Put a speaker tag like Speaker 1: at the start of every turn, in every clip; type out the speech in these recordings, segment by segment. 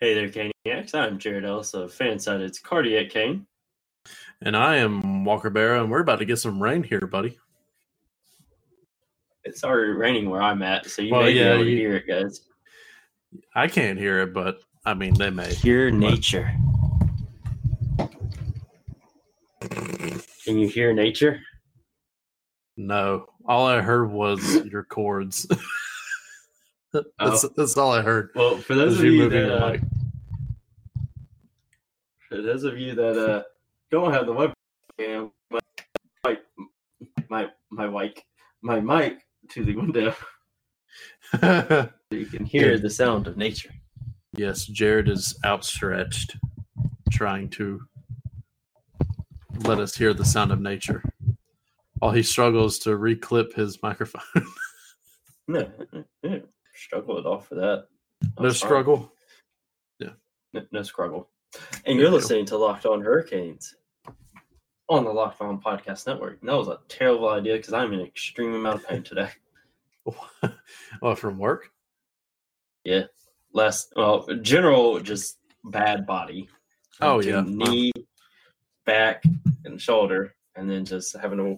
Speaker 1: Hey there, Caniacs. I'm Jared Ellis of Fansided's Cardiac Cane.
Speaker 2: And I am Walker Barra, and we're about to get some rain here, buddy.
Speaker 1: It's already raining where I'm at, so you
Speaker 2: Well,
Speaker 1: may be
Speaker 2: yeah,
Speaker 1: able to
Speaker 2: you-
Speaker 1: hear it, guys.
Speaker 2: I can't hear it, but I mean, they may.
Speaker 1: Hear nature. Can you hear nature?
Speaker 2: No, all I heard was your chords. that's, that's all I heard.
Speaker 1: Well, for Oh. those
Speaker 2: was
Speaker 1: of
Speaker 2: you
Speaker 1: you
Speaker 2: moving
Speaker 1: that
Speaker 2: your
Speaker 1: uh,
Speaker 2: mic.
Speaker 1: for those of you that uh, don't have the webcam, my my my my mic my mic to the window, so you can hear the sound of nature.
Speaker 2: yes, Jared is outstretched, trying to let us hear the sound of nature while he struggles to reclip his microphone.
Speaker 1: No, no, no, struggle at all for that. I'm
Speaker 2: no
Speaker 1: sorry.
Speaker 2: struggle.
Speaker 1: No, no struggle. And you're
Speaker 2: Yeah.
Speaker 1: listening to Locked On Hurricanes on the Locked On Podcast Network. And that was a terrible idea because I'm in extreme amount of pain today.
Speaker 2: well, Oh, from work?
Speaker 1: Last, well, general, just bad body.
Speaker 2: Oh,
Speaker 1: To
Speaker 2: yeah.
Speaker 1: knee, back, and shoulder, and then just having to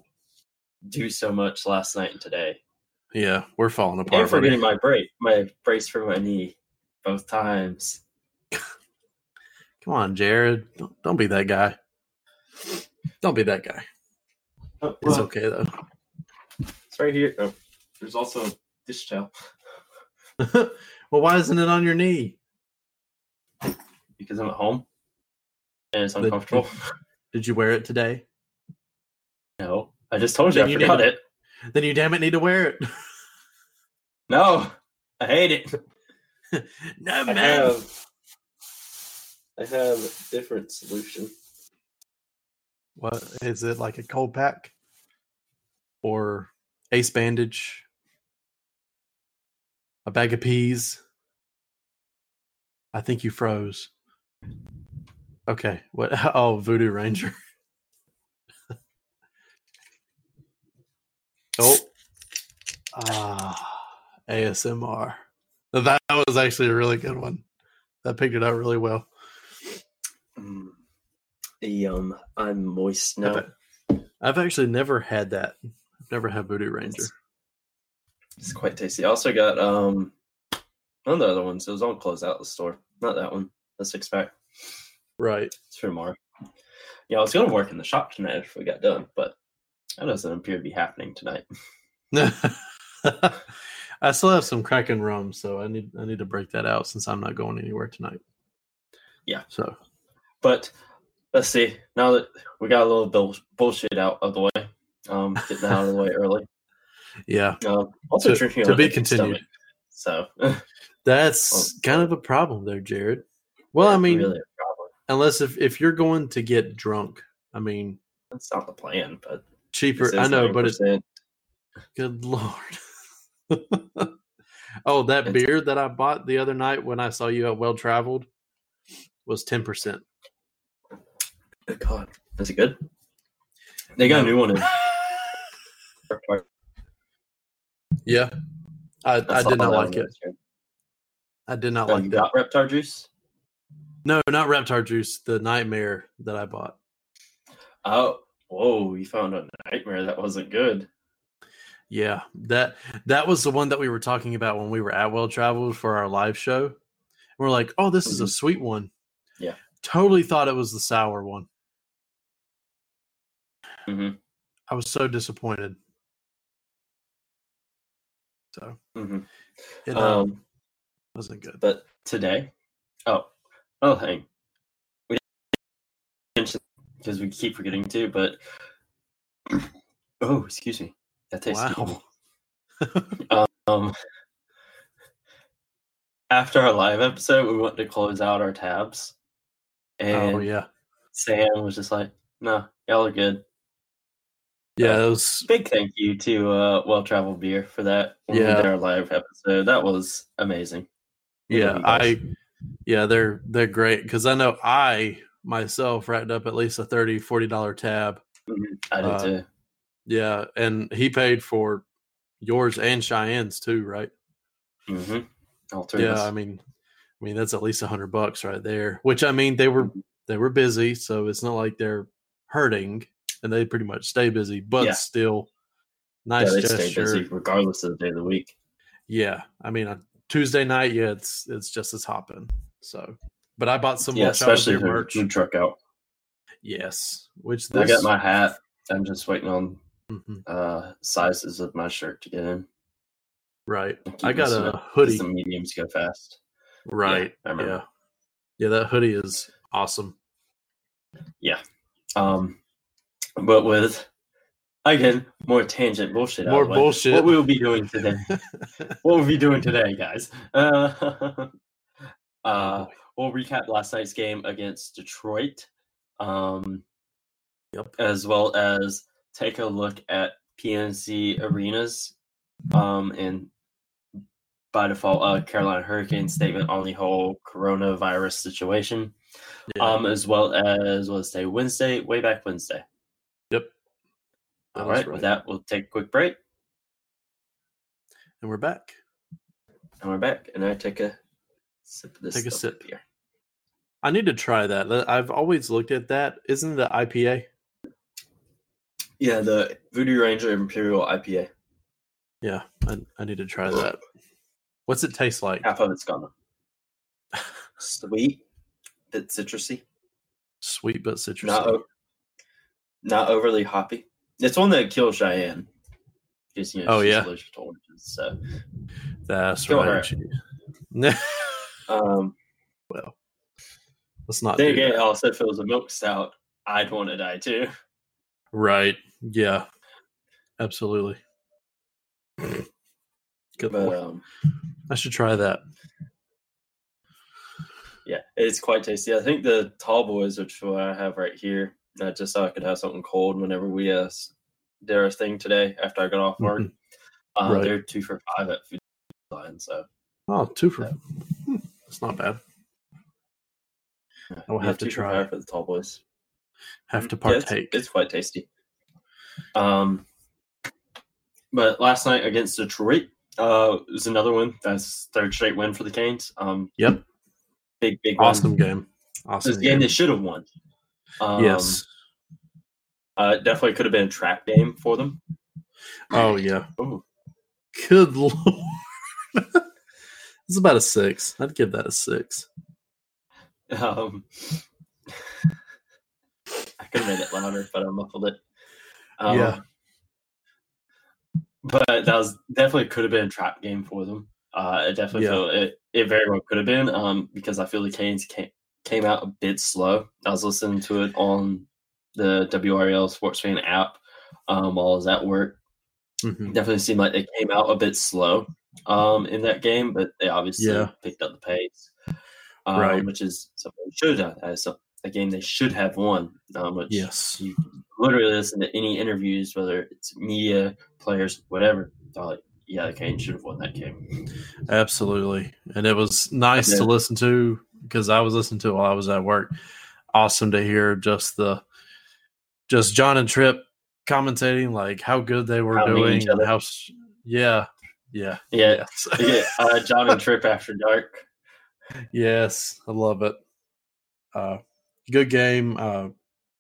Speaker 1: do so much last night and today,
Speaker 2: Yeah, we're falling
Speaker 1: and
Speaker 2: apart. buddy.
Speaker 1: forgetting my break, my brace for my knee, both times.
Speaker 2: Come on, Jared. Don't, don't be that guy. Don't be that guy.
Speaker 1: Oh,
Speaker 2: It's
Speaker 1: look,
Speaker 2: okay
Speaker 1: It's right here. Oh, there's also a dish towel
Speaker 2: though. well, why isn't it on your knee?
Speaker 1: because I'm at home and it's
Speaker 2: But-
Speaker 1: uncomfortable.
Speaker 2: Did you wear it today?
Speaker 1: No, I just told you
Speaker 2: Then
Speaker 1: I
Speaker 2: you
Speaker 1: forgot
Speaker 2: didn't.
Speaker 1: it.
Speaker 2: Then you damn it need to wear it.
Speaker 1: No, I hate it.
Speaker 2: no
Speaker 1: I
Speaker 2: man.
Speaker 1: have, I have a different solution.
Speaker 2: What is it like a cold pack or ace bandage? A bag of peas. I think you froze. Okay. What? Oh, Voodoo Ranger. oh. Ah, ASMR. That was actually a really good one. That picked it out really well.
Speaker 1: Mm. Yum! um, I'm moist now.
Speaker 2: Okay. I've actually never had that. I've never had Voodoo Ranger.
Speaker 1: It's quite tasty. I also got um none of the other ones. It was on close out the store. Not that one. The six pack.
Speaker 2: Right.
Speaker 1: It's for tomorrow. Yeah, I was gonna work in the shop tonight if we got done, but that doesn't appear to be happening tonight.
Speaker 2: I still have some Kraken rum, so I need I need to break that out since I'm not going anywhere tonight.
Speaker 1: Yeah.
Speaker 2: So
Speaker 1: But let's see. Now that we got a little bull- bullshit out of the way, um, getting that out of the way early.
Speaker 2: yeah,
Speaker 1: Um, also
Speaker 2: To-
Speaker 1: drinking
Speaker 2: to
Speaker 1: on
Speaker 2: be
Speaker 1: an empty
Speaker 2: continued.
Speaker 1: stomach, so
Speaker 2: that's
Speaker 1: Oh.
Speaker 2: kind of a problem there, Jared. Well, I mean,
Speaker 1: really a problem.
Speaker 2: unless if if you're going to get drunk, I mean,
Speaker 1: That's not the plan, but
Speaker 2: cheaper.
Speaker 1: this
Speaker 2: I
Speaker 1: is
Speaker 2: know, but it's
Speaker 1: 9%.
Speaker 2: good lord. oh, that
Speaker 1: It's-
Speaker 2: beer that I bought the other night when I saw you at Well Traveled was ten percent.
Speaker 1: Good God, is it good? They got a new one in.
Speaker 2: Yeah, I, I
Speaker 1: saw
Speaker 2: did not
Speaker 1: that
Speaker 2: like
Speaker 1: one.
Speaker 2: it. I did not
Speaker 1: Have
Speaker 2: like
Speaker 1: you
Speaker 2: that.
Speaker 1: got Reptar juice?
Speaker 2: No, not Reptar Juice, the nightmare that I bought.
Speaker 1: Oh, whoa! You found a nightmare that wasn't good.
Speaker 2: Yeah, that that was the one that we were talking about when we were at Well Traveled for our live show. we're like, oh, this is a
Speaker 1: Mhm.
Speaker 2: sweet one.
Speaker 1: Yeah.
Speaker 2: Totally thought it was the sour one.
Speaker 1: Mhm.
Speaker 2: I was so disappointed. So
Speaker 1: hmm
Speaker 2: it um,
Speaker 1: Um,
Speaker 2: wasn't good.
Speaker 1: but today, oh, another thing we didn't mention because we keep forgetting to. But oh, excuse me, that tastes
Speaker 2: Wow.
Speaker 1: Um, after our live episode, we went to close out our tabs, and
Speaker 2: Oh yeah.
Speaker 1: Sam was just like, "No, y'all are good."
Speaker 2: Yeah, it was
Speaker 1: Big thank you to uh, Well Traveled Beer for that. when we
Speaker 2: Yeah.
Speaker 1: did our live episode that was amazing. We love
Speaker 2: yeah,
Speaker 1: you guys.
Speaker 2: I yeah, they're they're great because I know I myself racked up at least a 30 40 dollar tab
Speaker 1: I did
Speaker 2: uh,
Speaker 1: too.
Speaker 2: Yeah, and he paid for yours and Cheyenne's too, right?
Speaker 1: Mm-hmm. All three of
Speaker 2: Yeah,
Speaker 1: us.
Speaker 2: I mean, I mean, that's at least a hundred bucks right there. Which I mean, they
Speaker 1: Mm-hmm.
Speaker 2: were they were busy, so it's not like they're hurting, and they pretty much stay busy. But
Speaker 1: Yeah.
Speaker 2: still, nice
Speaker 1: yeah, they stay busy
Speaker 2: gesture.
Speaker 1: regardless of the day of the week.
Speaker 2: Yeah, I mean, on Tuesday night, yeah, it's it's just as hopping. So, but I bought some
Speaker 1: yeah,
Speaker 2: more Chocolate
Speaker 1: especially
Speaker 2: Beer
Speaker 1: her
Speaker 2: merch.
Speaker 1: food truck out.
Speaker 2: Yes, which
Speaker 1: I
Speaker 2: this,
Speaker 1: got my hat. I'm just waiting on
Speaker 2: Mhm,
Speaker 1: uh sizes of my shirt to get in.
Speaker 2: right.
Speaker 1: keep
Speaker 2: I got
Speaker 1: missing it
Speaker 2: a
Speaker 1: 'cause
Speaker 2: hoodie.
Speaker 1: The mediums go fast.
Speaker 2: Right.
Speaker 1: I
Speaker 2: Yeah,
Speaker 1: remember.
Speaker 2: yeah. that hoodie is awesome.
Speaker 1: Um, but with again more tangent bullshit. out
Speaker 2: More
Speaker 1: of the way,
Speaker 2: bullshit.
Speaker 1: What we'll be doing today? what we'll be doing today, guys? Uh,
Speaker 2: Um,
Speaker 1: uh, we'll recap last night's game against Detroit. Um,
Speaker 2: Yep.
Speaker 1: As well as take a look at PNC Arenas, um, and by default, uh, Carolina Hurricane statement on the whole coronavirus situation.
Speaker 2: Yeah.
Speaker 1: Um, as well as let's say Wednesday, way back Wednesday.
Speaker 2: Yep. That
Speaker 1: All
Speaker 2: is
Speaker 1: right,
Speaker 2: right.
Speaker 1: With that, we'll take a quick break,
Speaker 2: and we're back.
Speaker 1: and we're back. And I take a sip of this.
Speaker 2: Take a
Speaker 1: stuff
Speaker 2: sip.
Speaker 1: here.
Speaker 2: I need to try that. That- I've always looked at that. Isn't the IPA?
Speaker 1: Yeah, the Voodoo Ranger Imperial IPA.
Speaker 2: Yeah, I, I need to try that. What's it taste like?
Speaker 1: Half of it's gone. Sweet, bit citrusy,
Speaker 2: Sweet but citrusy.
Speaker 1: not o- not overly hoppy. It's one that kills Cheyenne. Because you know
Speaker 2: Oh,
Speaker 1: she's
Speaker 2: yeah.
Speaker 1: allergic to oranges. So,
Speaker 2: That's
Speaker 1: Don't
Speaker 2: right. Gee.
Speaker 1: um,
Speaker 2: well, let's not.
Speaker 1: then
Speaker 2: Do
Speaker 1: again,
Speaker 2: that.
Speaker 1: also if it was a milk stout, I'd want to die too.
Speaker 2: Right. Yeah. Absolutely. Good
Speaker 1: But
Speaker 2: point.
Speaker 1: um,
Speaker 2: I should try that.
Speaker 1: Yeah, it's quite tasty. I think the tall boys, which what I have right here, uh, just so I could have something cold whenever we uh, s- did our thing today after I got off work.
Speaker 2: Mhm.
Speaker 1: Uh,
Speaker 2: Right.
Speaker 1: They're two for five at Food Line, so
Speaker 2: Oh, two for. Hmm, That's not bad. I will
Speaker 1: yeah,
Speaker 2: have to
Speaker 1: two for
Speaker 2: try.
Speaker 1: five for the tall boys.
Speaker 2: Have to
Speaker 1: Yeah, it's-
Speaker 2: partake.
Speaker 1: it's, quite tasty. Um, but last night against Detroit uh, was another one. That's third straight win for the Canes. Um,
Speaker 2: Yep.
Speaker 1: big big win.
Speaker 2: Awesome game.
Speaker 1: It was
Speaker 2: Awesome
Speaker 1: a game
Speaker 2: game.
Speaker 1: they should have won. Um,
Speaker 2: yes.
Speaker 1: uh, it definitely could have been a trap game for them.
Speaker 2: Oh yeah.
Speaker 1: Ooh.
Speaker 2: Good lord. it's about a six. I'd give that a six.
Speaker 1: Um, I could have made it louder, but I muffled it. Um,
Speaker 2: Yeah.
Speaker 1: But that was definitely could have been a trap game for them. Uh, I definitely
Speaker 2: Yeah.
Speaker 1: feel it, it very well could have been um, because I feel the Canes came, came out a bit slow. I was listening to it on the WRL Sports Fan app um, while I was at work.
Speaker 2: Mhm.
Speaker 1: Definitely seemed like they came out a bit slow um, in that game, but they obviously
Speaker 2: Yeah.
Speaker 1: picked up the pace um,
Speaker 2: Right.
Speaker 1: which is something they should have done. That is some- a game they should have won. Um, which
Speaker 2: Yes.
Speaker 1: you can literally listen to any interviews, whether it's media, players, whatever. They're like, yeah, the Canes should have won that game.
Speaker 2: Absolutely. And it was nice
Speaker 1: Yeah.
Speaker 2: to listen to because I was listening to it while I was at work. Awesome to hear just the just John and Tripp commentating like how good they were
Speaker 1: Pounding
Speaker 2: doing
Speaker 1: each
Speaker 2: and
Speaker 1: other.
Speaker 2: how s- yeah. Yeah.
Speaker 1: Yeah,
Speaker 2: Yes.
Speaker 1: yeah. Uh, John and Trip after dark.
Speaker 2: Yes, I love it. Uh, good game. Uh,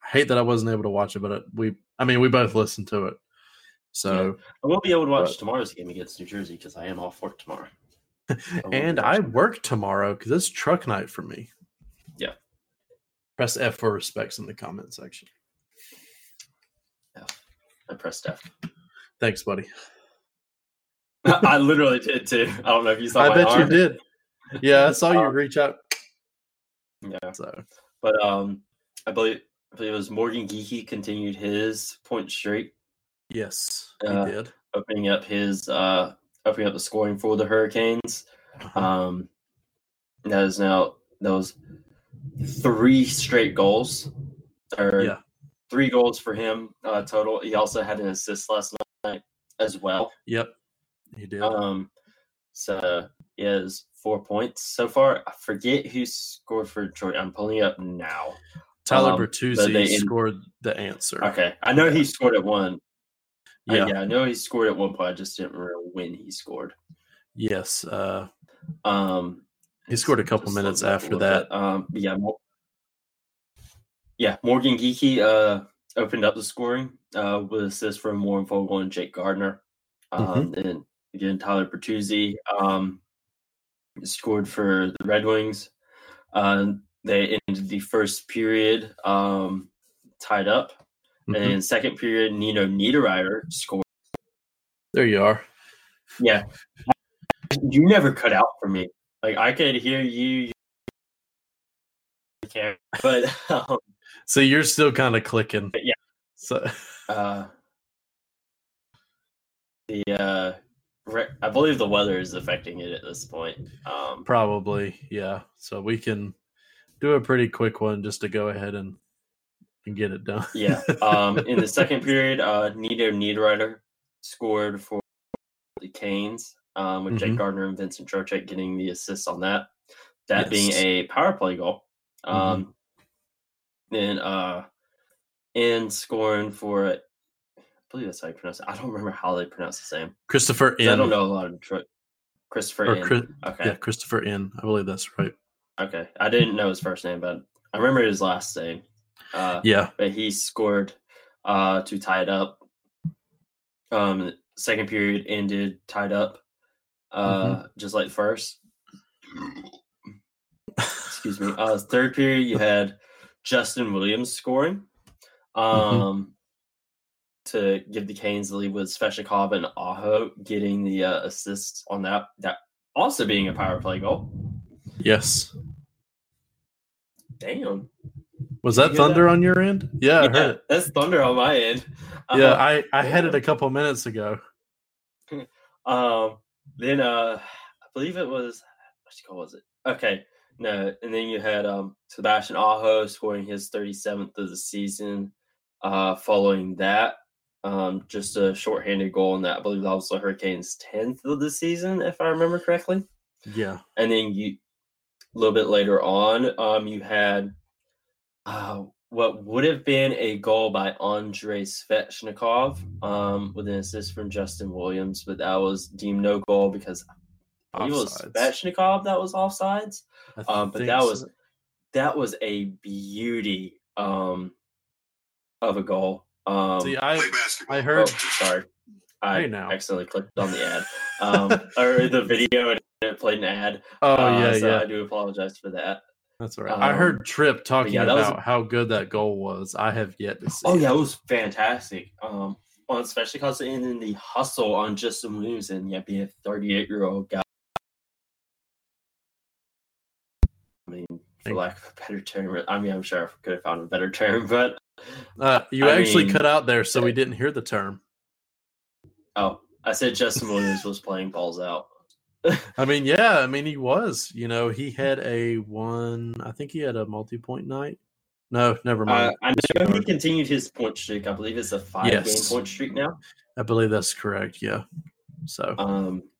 Speaker 2: I hate that I wasn't able to watch it, but it, we, I mean, we both listened to it. So,
Speaker 1: I won't be able to watch
Speaker 2: Right.
Speaker 1: tomorrow's game against New Jersey because I am off work tomorrow. I won't be
Speaker 2: and I
Speaker 1: watching.
Speaker 2: work tomorrow because it's truck night for me.
Speaker 1: Yeah.
Speaker 2: Press F for respects in the comment section.
Speaker 1: I pressed F.
Speaker 2: Thanks, buddy.
Speaker 1: I literally did too. I don't know if you saw
Speaker 2: I
Speaker 1: my
Speaker 2: bet
Speaker 1: arm.
Speaker 2: you did. Yeah, I saw you
Speaker 1: Um,
Speaker 2: reach out.
Speaker 1: Yeah.
Speaker 2: So,
Speaker 1: But um, I believe I believe it was Morgan Geeky continued his point streak,
Speaker 2: yes,
Speaker 1: Uh,
Speaker 2: you did.
Speaker 1: opening up his uh, opening up the scoring for the Hurricanes.
Speaker 2: Uh-huh.
Speaker 1: Um, that is now those three straight goals, or
Speaker 2: yeah.
Speaker 1: three goals for him uh, total. He also had an assist last night as well.
Speaker 2: Yep. You did.
Speaker 1: Um, so he has four points so far. I forget who scored for Detroit. I'm pulling it up now.
Speaker 2: Tyler
Speaker 1: um, but
Speaker 2: Bertuzzi
Speaker 1: they in-
Speaker 2: scored the answer.
Speaker 1: Okay, I know he scored at one. Uh,
Speaker 2: Yeah.
Speaker 1: yeah, I know he scored at one point. I just didn't remember when he scored.
Speaker 2: Yes. Uh,
Speaker 1: Um,
Speaker 2: He scored a couple
Speaker 1: Just
Speaker 2: minutes
Speaker 1: look up a
Speaker 2: after
Speaker 1: little
Speaker 2: that.
Speaker 1: bit. Um, yeah, Mo- yeah. Morgan Geeky uh, opened up the scoring uh, with assists from Warren Fogle and Jake Gardner,
Speaker 2: Mm-hmm.
Speaker 1: um, and again Tyler Bertuzzi um, scored for the Red Wings. Uh, they ended the first period um, tied up,
Speaker 2: Mhm.
Speaker 1: and second period Nino Niederreiter scored.
Speaker 2: There you are.
Speaker 1: Yeah, you never cut out for me. Like I could hear you. you can't, but um,
Speaker 2: So you're still kind of clicking.
Speaker 1: Yeah.
Speaker 2: So
Speaker 1: uh, the uh, re- I believe the weather is affecting it at this point. Um,
Speaker 2: probably, yeah. So we can do a pretty quick one just to go ahead and and get it done.
Speaker 1: yeah. Um, in the second period, uh, Nito Niederreiter scored for the Canes um, with
Speaker 2: Mhm.
Speaker 1: Jake Gardner and Vincent Trocek getting the assists on that. That
Speaker 2: Yes. Mm-hmm.
Speaker 1: being a power play goal. Um, Then uh, and scoring for, I believe that's how you pronounce it. I don't remember how they pronounce his name.
Speaker 2: Christopher
Speaker 1: 'cause
Speaker 2: N.
Speaker 1: I don't know a lot of Detroit. Christopher
Speaker 2: Or
Speaker 1: N.
Speaker 2: Chris-
Speaker 1: okay.
Speaker 2: Yeah, Christopher N. I believe that's right.
Speaker 1: Okay. I didn't know his first name, but I remember his last name. Uh,
Speaker 2: Yeah.
Speaker 1: but he scored uh, to tie it up. Um, the second period ended tied up, uh, just like first. Excuse me. Uh, third period, you had Justin Williams scoring um, to give the Canes the lead with Sveshnikov and Aho getting the uh, assists on that. That also being a power play goal.
Speaker 2: Yes.
Speaker 1: Damn.
Speaker 2: Was
Speaker 1: Did you
Speaker 2: that
Speaker 1: hear
Speaker 2: thunder
Speaker 1: that?
Speaker 2: on your end? Yeah, I heard it.
Speaker 1: that's thunder on my end.
Speaker 2: yeah,
Speaker 1: Uh,
Speaker 2: I, I had
Speaker 1: yeah.
Speaker 2: it a couple minutes ago.
Speaker 1: Um, then uh, I believe it was what goal was it? Okay, no, and then you had um Sebastian Aho scoring his 37th of the season. Uh, following that, um, just a shorthanded goal in that. I believe that was the Hurricanes 10th of the season, if I remember correctly.
Speaker 2: Yeah.
Speaker 1: And then you a little bit later on, um, you had uh, what would have been a goal by Andrei Svechnikov um, with an assist from Justin Williams, but that was deemed no goal because I believe it was
Speaker 2: Offsides.
Speaker 1: Svechnikov that was offsides.
Speaker 2: I
Speaker 1: Um, but
Speaker 2: think
Speaker 1: that
Speaker 2: so.
Speaker 1: was that was a beauty um, of a goal. Um,
Speaker 2: See, I
Speaker 3: Play basketball.
Speaker 2: I
Speaker 1: oh,
Speaker 2: heard
Speaker 1: sorry, I
Speaker 2: Hey, now.
Speaker 1: accidentally clicked on the ad um, or the video and it played an ad.
Speaker 2: Oh
Speaker 1: Uh,
Speaker 2: yeah,
Speaker 1: so
Speaker 2: yeah.
Speaker 1: I do apologize for that.
Speaker 2: That's all right. I
Speaker 1: Um,
Speaker 2: heard Tripp talking
Speaker 1: yeah, that was-
Speaker 2: about how good that goal was. I have yet to see.
Speaker 1: Oh
Speaker 2: it.
Speaker 1: yeah, it was fantastic. Um, well, especially because in, in the hustle on Justin Williams and yeah, being a 38 year old guy. I mean, for
Speaker 2: Thank-
Speaker 1: lack of a better term, I mean, I'm sure I could have found a better term, but
Speaker 2: Uh, you
Speaker 1: I
Speaker 2: actually
Speaker 1: mean- eh.
Speaker 2: cut out there, so we didn't hear the term.
Speaker 1: oh, I said Justin Williams was playing balls out.
Speaker 2: I mean, yeah, I mean he was. You know, he had a one. I think he had a multi-point night. No, never mind.
Speaker 1: Uh, I know he continued his point streak. I believe it's a five
Speaker 2: Yes.
Speaker 1: game point streak now.
Speaker 2: I believe that's correct. Yeah. So
Speaker 1: Um,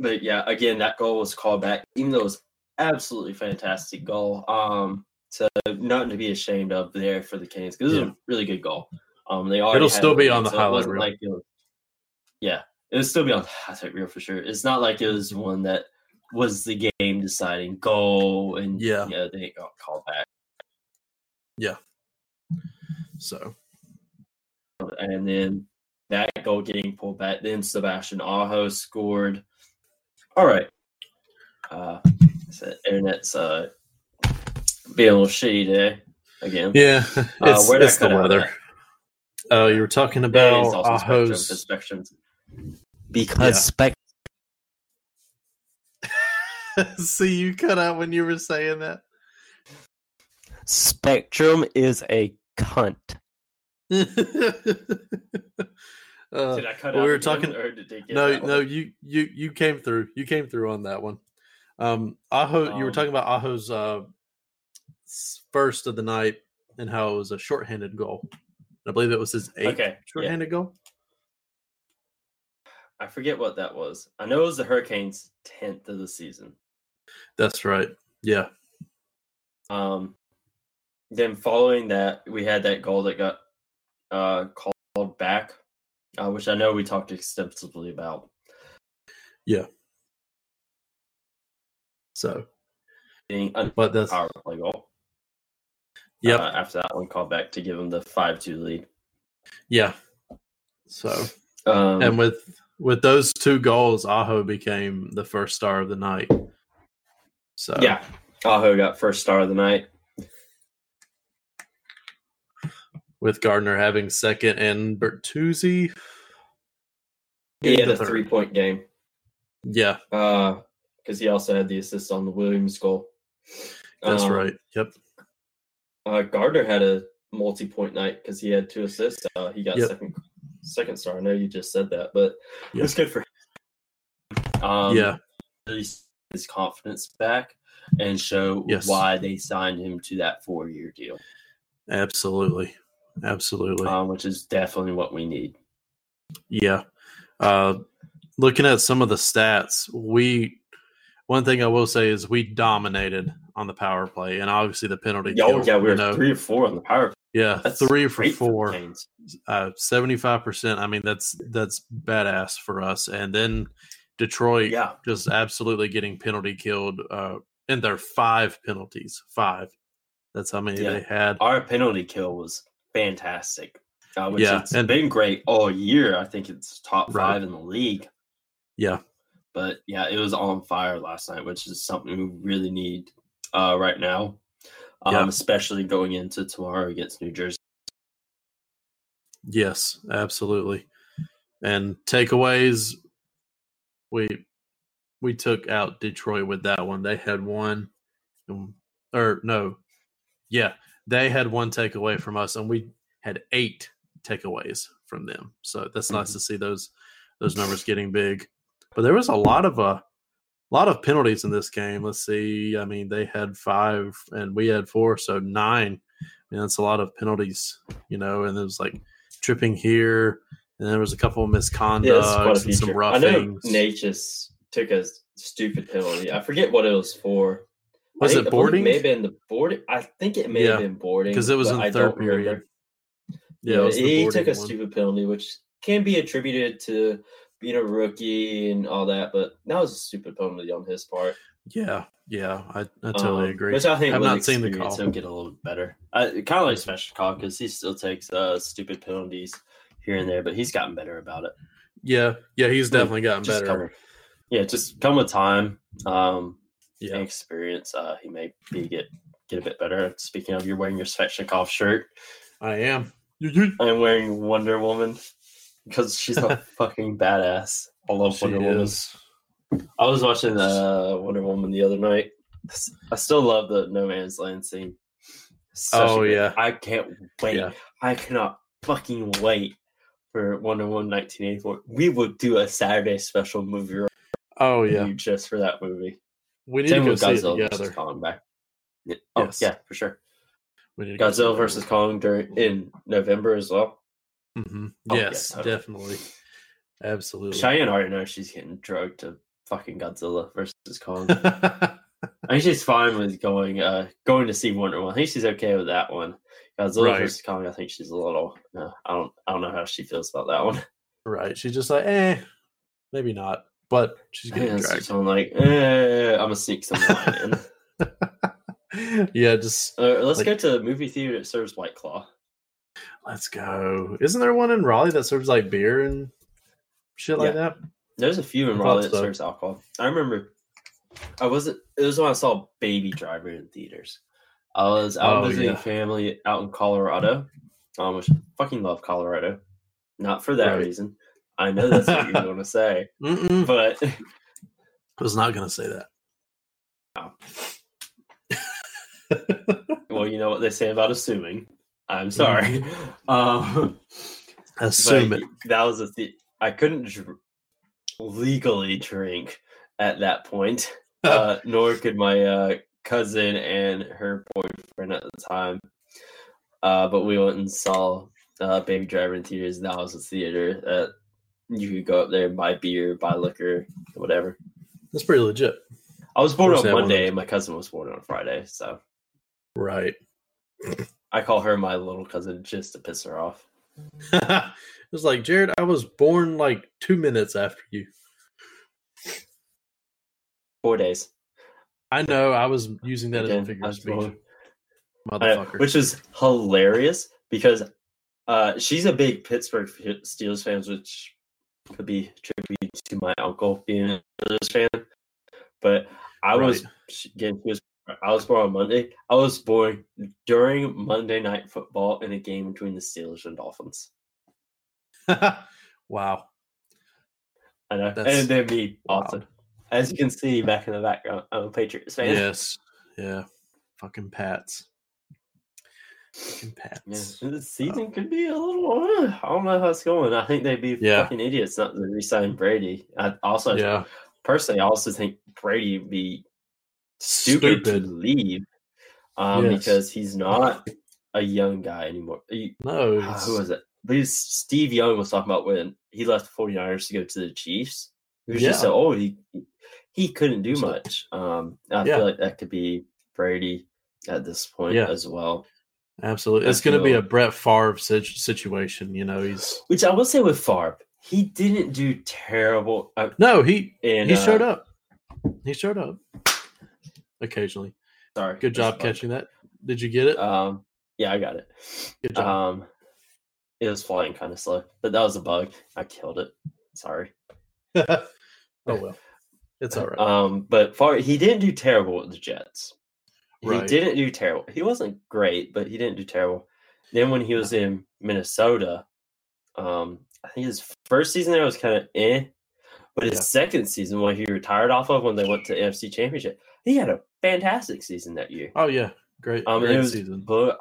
Speaker 1: but yeah, again, that goal was called back, even though it was absolutely fantastic goal. Um, so nothing to be ashamed of there for the Canes because it was
Speaker 2: Yeah.
Speaker 1: a really good goal. Um, they already
Speaker 2: It'll
Speaker 1: had
Speaker 2: still
Speaker 1: it,
Speaker 2: be on the
Speaker 1: it
Speaker 2: highlight
Speaker 1: wasn't
Speaker 2: reel.
Speaker 1: Like it was- yeah, it'll still be on the highlight reel for sure. It's not like it was one that was the game deciding goal, and
Speaker 2: Yeah.
Speaker 1: yeah, they got called back.
Speaker 2: so
Speaker 1: and then that goal getting pulled back. Then Sebastian Aho scored. All right, uh, so internet's uh, being a little shitty today again.
Speaker 2: yeah, it's,
Speaker 1: uh, where'd I
Speaker 2: it's the
Speaker 1: cut out
Speaker 2: weather.
Speaker 1: at?
Speaker 2: Oh, you were talking
Speaker 1: That
Speaker 2: about
Speaker 1: is also spectrum,
Speaker 2: Aho's.
Speaker 1: the spectrums. Because
Speaker 2: Yeah.
Speaker 1: spec-
Speaker 2: See, you cut out when you were saying that.
Speaker 1: spectrum is a cunt.
Speaker 2: Uh,
Speaker 1: Did I cut
Speaker 2: we
Speaker 1: out
Speaker 2: were
Speaker 1: again,
Speaker 2: talking-
Speaker 1: Or did they get
Speaker 2: no,
Speaker 1: that
Speaker 2: no,
Speaker 1: one?
Speaker 2: you you you came through. You came through on that one. Um, Aho, you were
Speaker 1: Um,
Speaker 2: talking about Aho's uh, s- first of the night and how it was a shorthanded goal. I believe it was his eighth
Speaker 1: Okay, yeah.
Speaker 2: shorthanded goal.
Speaker 1: I forget what that was. I know it was the Hurricanes' tenth of the season.
Speaker 2: That's right. Yeah,
Speaker 1: Um, then following that, we had that goal that got uh, called back, uh, which I know we talked extensively about.
Speaker 2: so
Speaker 1: being a
Speaker 2: But that's
Speaker 1: power play goal.
Speaker 2: Yep.
Speaker 1: Uh, after that one called back to give him the five two lead.
Speaker 2: yeah. So
Speaker 1: Um,
Speaker 2: and with with those two goals, Aho became the first star of the night. So
Speaker 1: yeah, Aho got first star of the night.
Speaker 2: with Gardner having second and Bertuzzi.
Speaker 1: He had
Speaker 2: the
Speaker 1: a
Speaker 2: third.
Speaker 1: three point game
Speaker 2: Yeah,
Speaker 1: because he also had the assist on the Williams goal.
Speaker 2: that's
Speaker 1: Um,
Speaker 2: right. Yep.
Speaker 1: Uh, Gardner had a multi point night because he had two assists. Uh, he got
Speaker 2: Yep.
Speaker 1: second second star. I know you just said that, but
Speaker 2: Yep.
Speaker 1: it's good for him. Um,
Speaker 2: yeah.
Speaker 1: really see his confidence back and show
Speaker 2: Yes.
Speaker 1: why they signed him to that four year deal,
Speaker 2: Absolutely. Absolutely.
Speaker 1: um, which is definitely what we need.
Speaker 2: Yeah. Uh, looking at some of the stats, we one thing I will say is we dominated on the power play, and obviously the penalty.
Speaker 1: Yeah, oh,
Speaker 2: kill,
Speaker 1: yeah, we
Speaker 2: you
Speaker 1: were
Speaker 2: know.
Speaker 1: three or four on the power play.
Speaker 2: Yeah,
Speaker 1: That's
Speaker 2: three for
Speaker 1: Great
Speaker 2: four,
Speaker 1: Canes.
Speaker 2: seventy five percent. I mean, that's that's badass for us. And then Detroit,
Speaker 1: Yeah,
Speaker 2: just absolutely getting penalty killed. Uh, and there are five penalties, five. That's how many
Speaker 1: Yeah.
Speaker 2: they had.
Speaker 1: our penalty kill was fantastic. Uh, which
Speaker 2: Yeah,
Speaker 1: it's
Speaker 2: and-
Speaker 1: been great all year. I think it's top
Speaker 2: Right.
Speaker 1: five in the league.
Speaker 2: Yeah,
Speaker 1: but yeah, it was on fire last night, which is something we really need uh, right now, um,
Speaker 2: Yeah.
Speaker 1: especially going into tomorrow against New Jersey.
Speaker 2: yes, absolutely. And takeaways, we we took out Detroit with that one. They had one, um, or no, yeah, they had one takeaway from us, and we had eight takeaways from them. So that's nice to
Speaker 1: Mm-hmm.
Speaker 2: see those those numbers getting big. But there was a lot of uh, lot of penalties in this game. Let's see. I mean, they had five, and we had four, so nine. I mean, that's a lot of penalties, you know. And there was like tripping here, and there was a couple of misconducts and some
Speaker 1: I know
Speaker 2: roughings.
Speaker 1: Natchez took a stupid penalty. I forget what it was for. I
Speaker 2: Was
Speaker 1: think-
Speaker 2: it
Speaker 1: I believe
Speaker 2: boarding?
Speaker 1: It may have been the boarding. I think it may have
Speaker 2: Yeah,
Speaker 1: been boarding
Speaker 2: because it was
Speaker 1: but
Speaker 2: in
Speaker 1: I
Speaker 2: the third
Speaker 1: don't remember.
Speaker 2: period. Yeah, it
Speaker 1: Yeah,
Speaker 2: was the
Speaker 1: he
Speaker 2: boarding
Speaker 1: took a
Speaker 2: one.
Speaker 1: stupid penalty, which can be attributed to being a rookie and all that, but that was a stupid penalty on his part.
Speaker 2: Yeah, yeah, I, I totally
Speaker 1: Um,
Speaker 2: agree.
Speaker 1: Which I think
Speaker 2: I've
Speaker 1: with
Speaker 2: not seen the
Speaker 1: experience,
Speaker 2: call.
Speaker 1: He'll get a little better. Uh, kind of like special call because he still takes uh, stupid penalties here and there, but he's gotten better about it.
Speaker 2: Yeah, yeah, he's
Speaker 1: Yeah,
Speaker 2: definitely gotten
Speaker 1: Just
Speaker 2: better.
Speaker 1: come, yeah, just come with time um,
Speaker 2: Yeah,
Speaker 1: and experience. Uh, he may be get get a bit better. Speaking of, you're wearing your Svechnikov shirt.
Speaker 2: I am. She
Speaker 1: I'm wearing Wonder Woman because she's a fucking badass. I love Wonder Woman.
Speaker 2: is.
Speaker 1: I was watching uh, Wonder Woman the other night. I still love the No Man's Land scene. Such a
Speaker 2: Oh,
Speaker 1: good-
Speaker 2: yeah.
Speaker 1: I can't wait.
Speaker 2: Yeah.
Speaker 1: I cannot fucking wait for Wonder Woman 1984. We will do a Saturday special movie
Speaker 2: Oh
Speaker 1: review
Speaker 2: yeah,
Speaker 1: just for that movie.
Speaker 2: we need
Speaker 1: Mm-hmm. Same
Speaker 2: to go
Speaker 1: with
Speaker 2: see it
Speaker 1: Godzilla versus
Speaker 2: together.
Speaker 1: Kong back. Yeah. Oh
Speaker 2: Yes.
Speaker 1: yeah, for sure.
Speaker 2: We need to go see
Speaker 1: Godzilla
Speaker 2: it.
Speaker 1: versus Kong during in November as well.
Speaker 2: Mhm.
Speaker 1: Oh, yeah,
Speaker 2: yes,
Speaker 1: totally.
Speaker 2: definitely, absolutely.
Speaker 1: Cheyenne already knows she's getting drugged to fucking Godzilla versus Kong. I think she's fine with going uh going to see Wonder Woman. I think she's okay with that one. Godzilla
Speaker 2: Right.
Speaker 1: versus Kong. I think she's a little. Uh, I don't. I don't know how she feels about that one.
Speaker 2: right, she's just like, eh, maybe not, but she's getting
Speaker 1: Yeah, so
Speaker 2: dragged.
Speaker 1: I'm like, eh, I'm gonna sneak some wine in.
Speaker 2: yeah, just
Speaker 1: Uh, let's
Speaker 2: Like-
Speaker 1: go to a movie theater that serves White Claw.
Speaker 2: let's go. Isn't there one in Raleigh that serves like beer and shit like that?
Speaker 1: There's a few in
Speaker 2: I thought
Speaker 1: Raleigh that
Speaker 2: so.
Speaker 1: serves alcohol. I remember. I wasn't. It was when I saw Baby Driver in theaters. I was out
Speaker 2: Oh,
Speaker 1: visiting
Speaker 2: yeah.
Speaker 1: family out in Colorado. Um, which fucking love Colorado. Not for that
Speaker 2: Right.
Speaker 1: reason. I know that's what you're gonna say,
Speaker 2: Mm-mm.
Speaker 1: but
Speaker 2: I was not gonna say that.
Speaker 1: well, you know what they say about assuming. I'm sorry. um,
Speaker 2: Assume
Speaker 1: but
Speaker 2: it.
Speaker 1: That was a th- I couldn't dr- legally drink at that point, uh, nor could my uh, cousin and her boyfriend at the time. Uh, but we went and saw uh, Baby Driver in theaters. and That was a theater that you could go up there and buy beer, buy liquor, whatever.
Speaker 2: That's pretty legit.
Speaker 1: I was born
Speaker 2: Of
Speaker 1: on
Speaker 2: course, that one
Speaker 1: Monday,
Speaker 2: is-
Speaker 1: and my cousin was born on Friday, so
Speaker 2: Right.
Speaker 1: I call her my little cousin just to piss her off.
Speaker 2: it was like, Jared, I was born like two minutes after you.
Speaker 1: Four days.
Speaker 2: I know. I was using that as a
Speaker 1: Again,
Speaker 2: figure of
Speaker 1: that's
Speaker 2: speech.
Speaker 1: wrong. I know,
Speaker 2: Motherfucker.
Speaker 1: which is hilarious because uh, she's a big Pittsburgh F- Steelers fan, which could be attributed to my uncle being a Steelers fan. But I was again, he was I was born on Monday. I was born during Monday Night Football in a game between the Steelers and Dolphins.
Speaker 2: wow.
Speaker 1: I know,
Speaker 2: That's
Speaker 1: and then me
Speaker 2: wild.
Speaker 1: also. As you can see back in the background, I'm a Patriots fan.
Speaker 2: Yes. Yeah. Fucking Pats. Fucking
Speaker 1: Yeah,
Speaker 2: Pats.
Speaker 1: this season could be a little. uh, I don't know how it's going. I think they'd be
Speaker 2: Yeah.
Speaker 1: fucking idiots not to resign Brady. I also,
Speaker 2: Yeah.
Speaker 1: personally, I also think Brady would be stupid, to leave um,
Speaker 2: Yes.
Speaker 1: because he's not a young guy anymore. He-
Speaker 2: No.
Speaker 1: ah,
Speaker 2: it's-
Speaker 1: who was it? I believe Steve Young was talking about when he left the 49ers to go to the Chiefs. He was just
Speaker 2: Yeah.
Speaker 1: so old. He he couldn't do
Speaker 2: So-
Speaker 1: much. Um, I
Speaker 2: Yeah.
Speaker 1: feel like that could be Brady at this point
Speaker 2: Yeah.
Speaker 1: as well.
Speaker 2: Absolutely.
Speaker 1: I
Speaker 2: It's going to be
Speaker 1: feel-
Speaker 2: a Brett Favre sit- situation. You know, he's.
Speaker 1: Which I will say with Favre, he didn't do terrible. Uh,
Speaker 2: No, he
Speaker 1: and uh,
Speaker 2: he showed up. He showed up occasionally.
Speaker 1: Sorry,
Speaker 2: Good job
Speaker 1: That's
Speaker 2: catching that. Did you get it?
Speaker 1: fine. Um, yeah, I got it.
Speaker 2: Good job.
Speaker 1: Um, it was flying kind of slow, but that was a bug. I killed it. Sorry. uh,
Speaker 2: oh well, it's all right.
Speaker 1: Um, but Favre, he didn't do terrible with the Jets. He
Speaker 2: Right.
Speaker 1: didn't do terrible. He wasn't great, but he didn't do terrible. Then when he was in Minnesota, um, I think his first season there was kind of eh, but his
Speaker 2: Yeah.
Speaker 1: second season, when he retired off of when they went to NFC Championship, he had a fantastic season that year.
Speaker 2: oh yeah, great,
Speaker 1: Um,
Speaker 2: great
Speaker 1: it was,
Speaker 2: season.
Speaker 1: but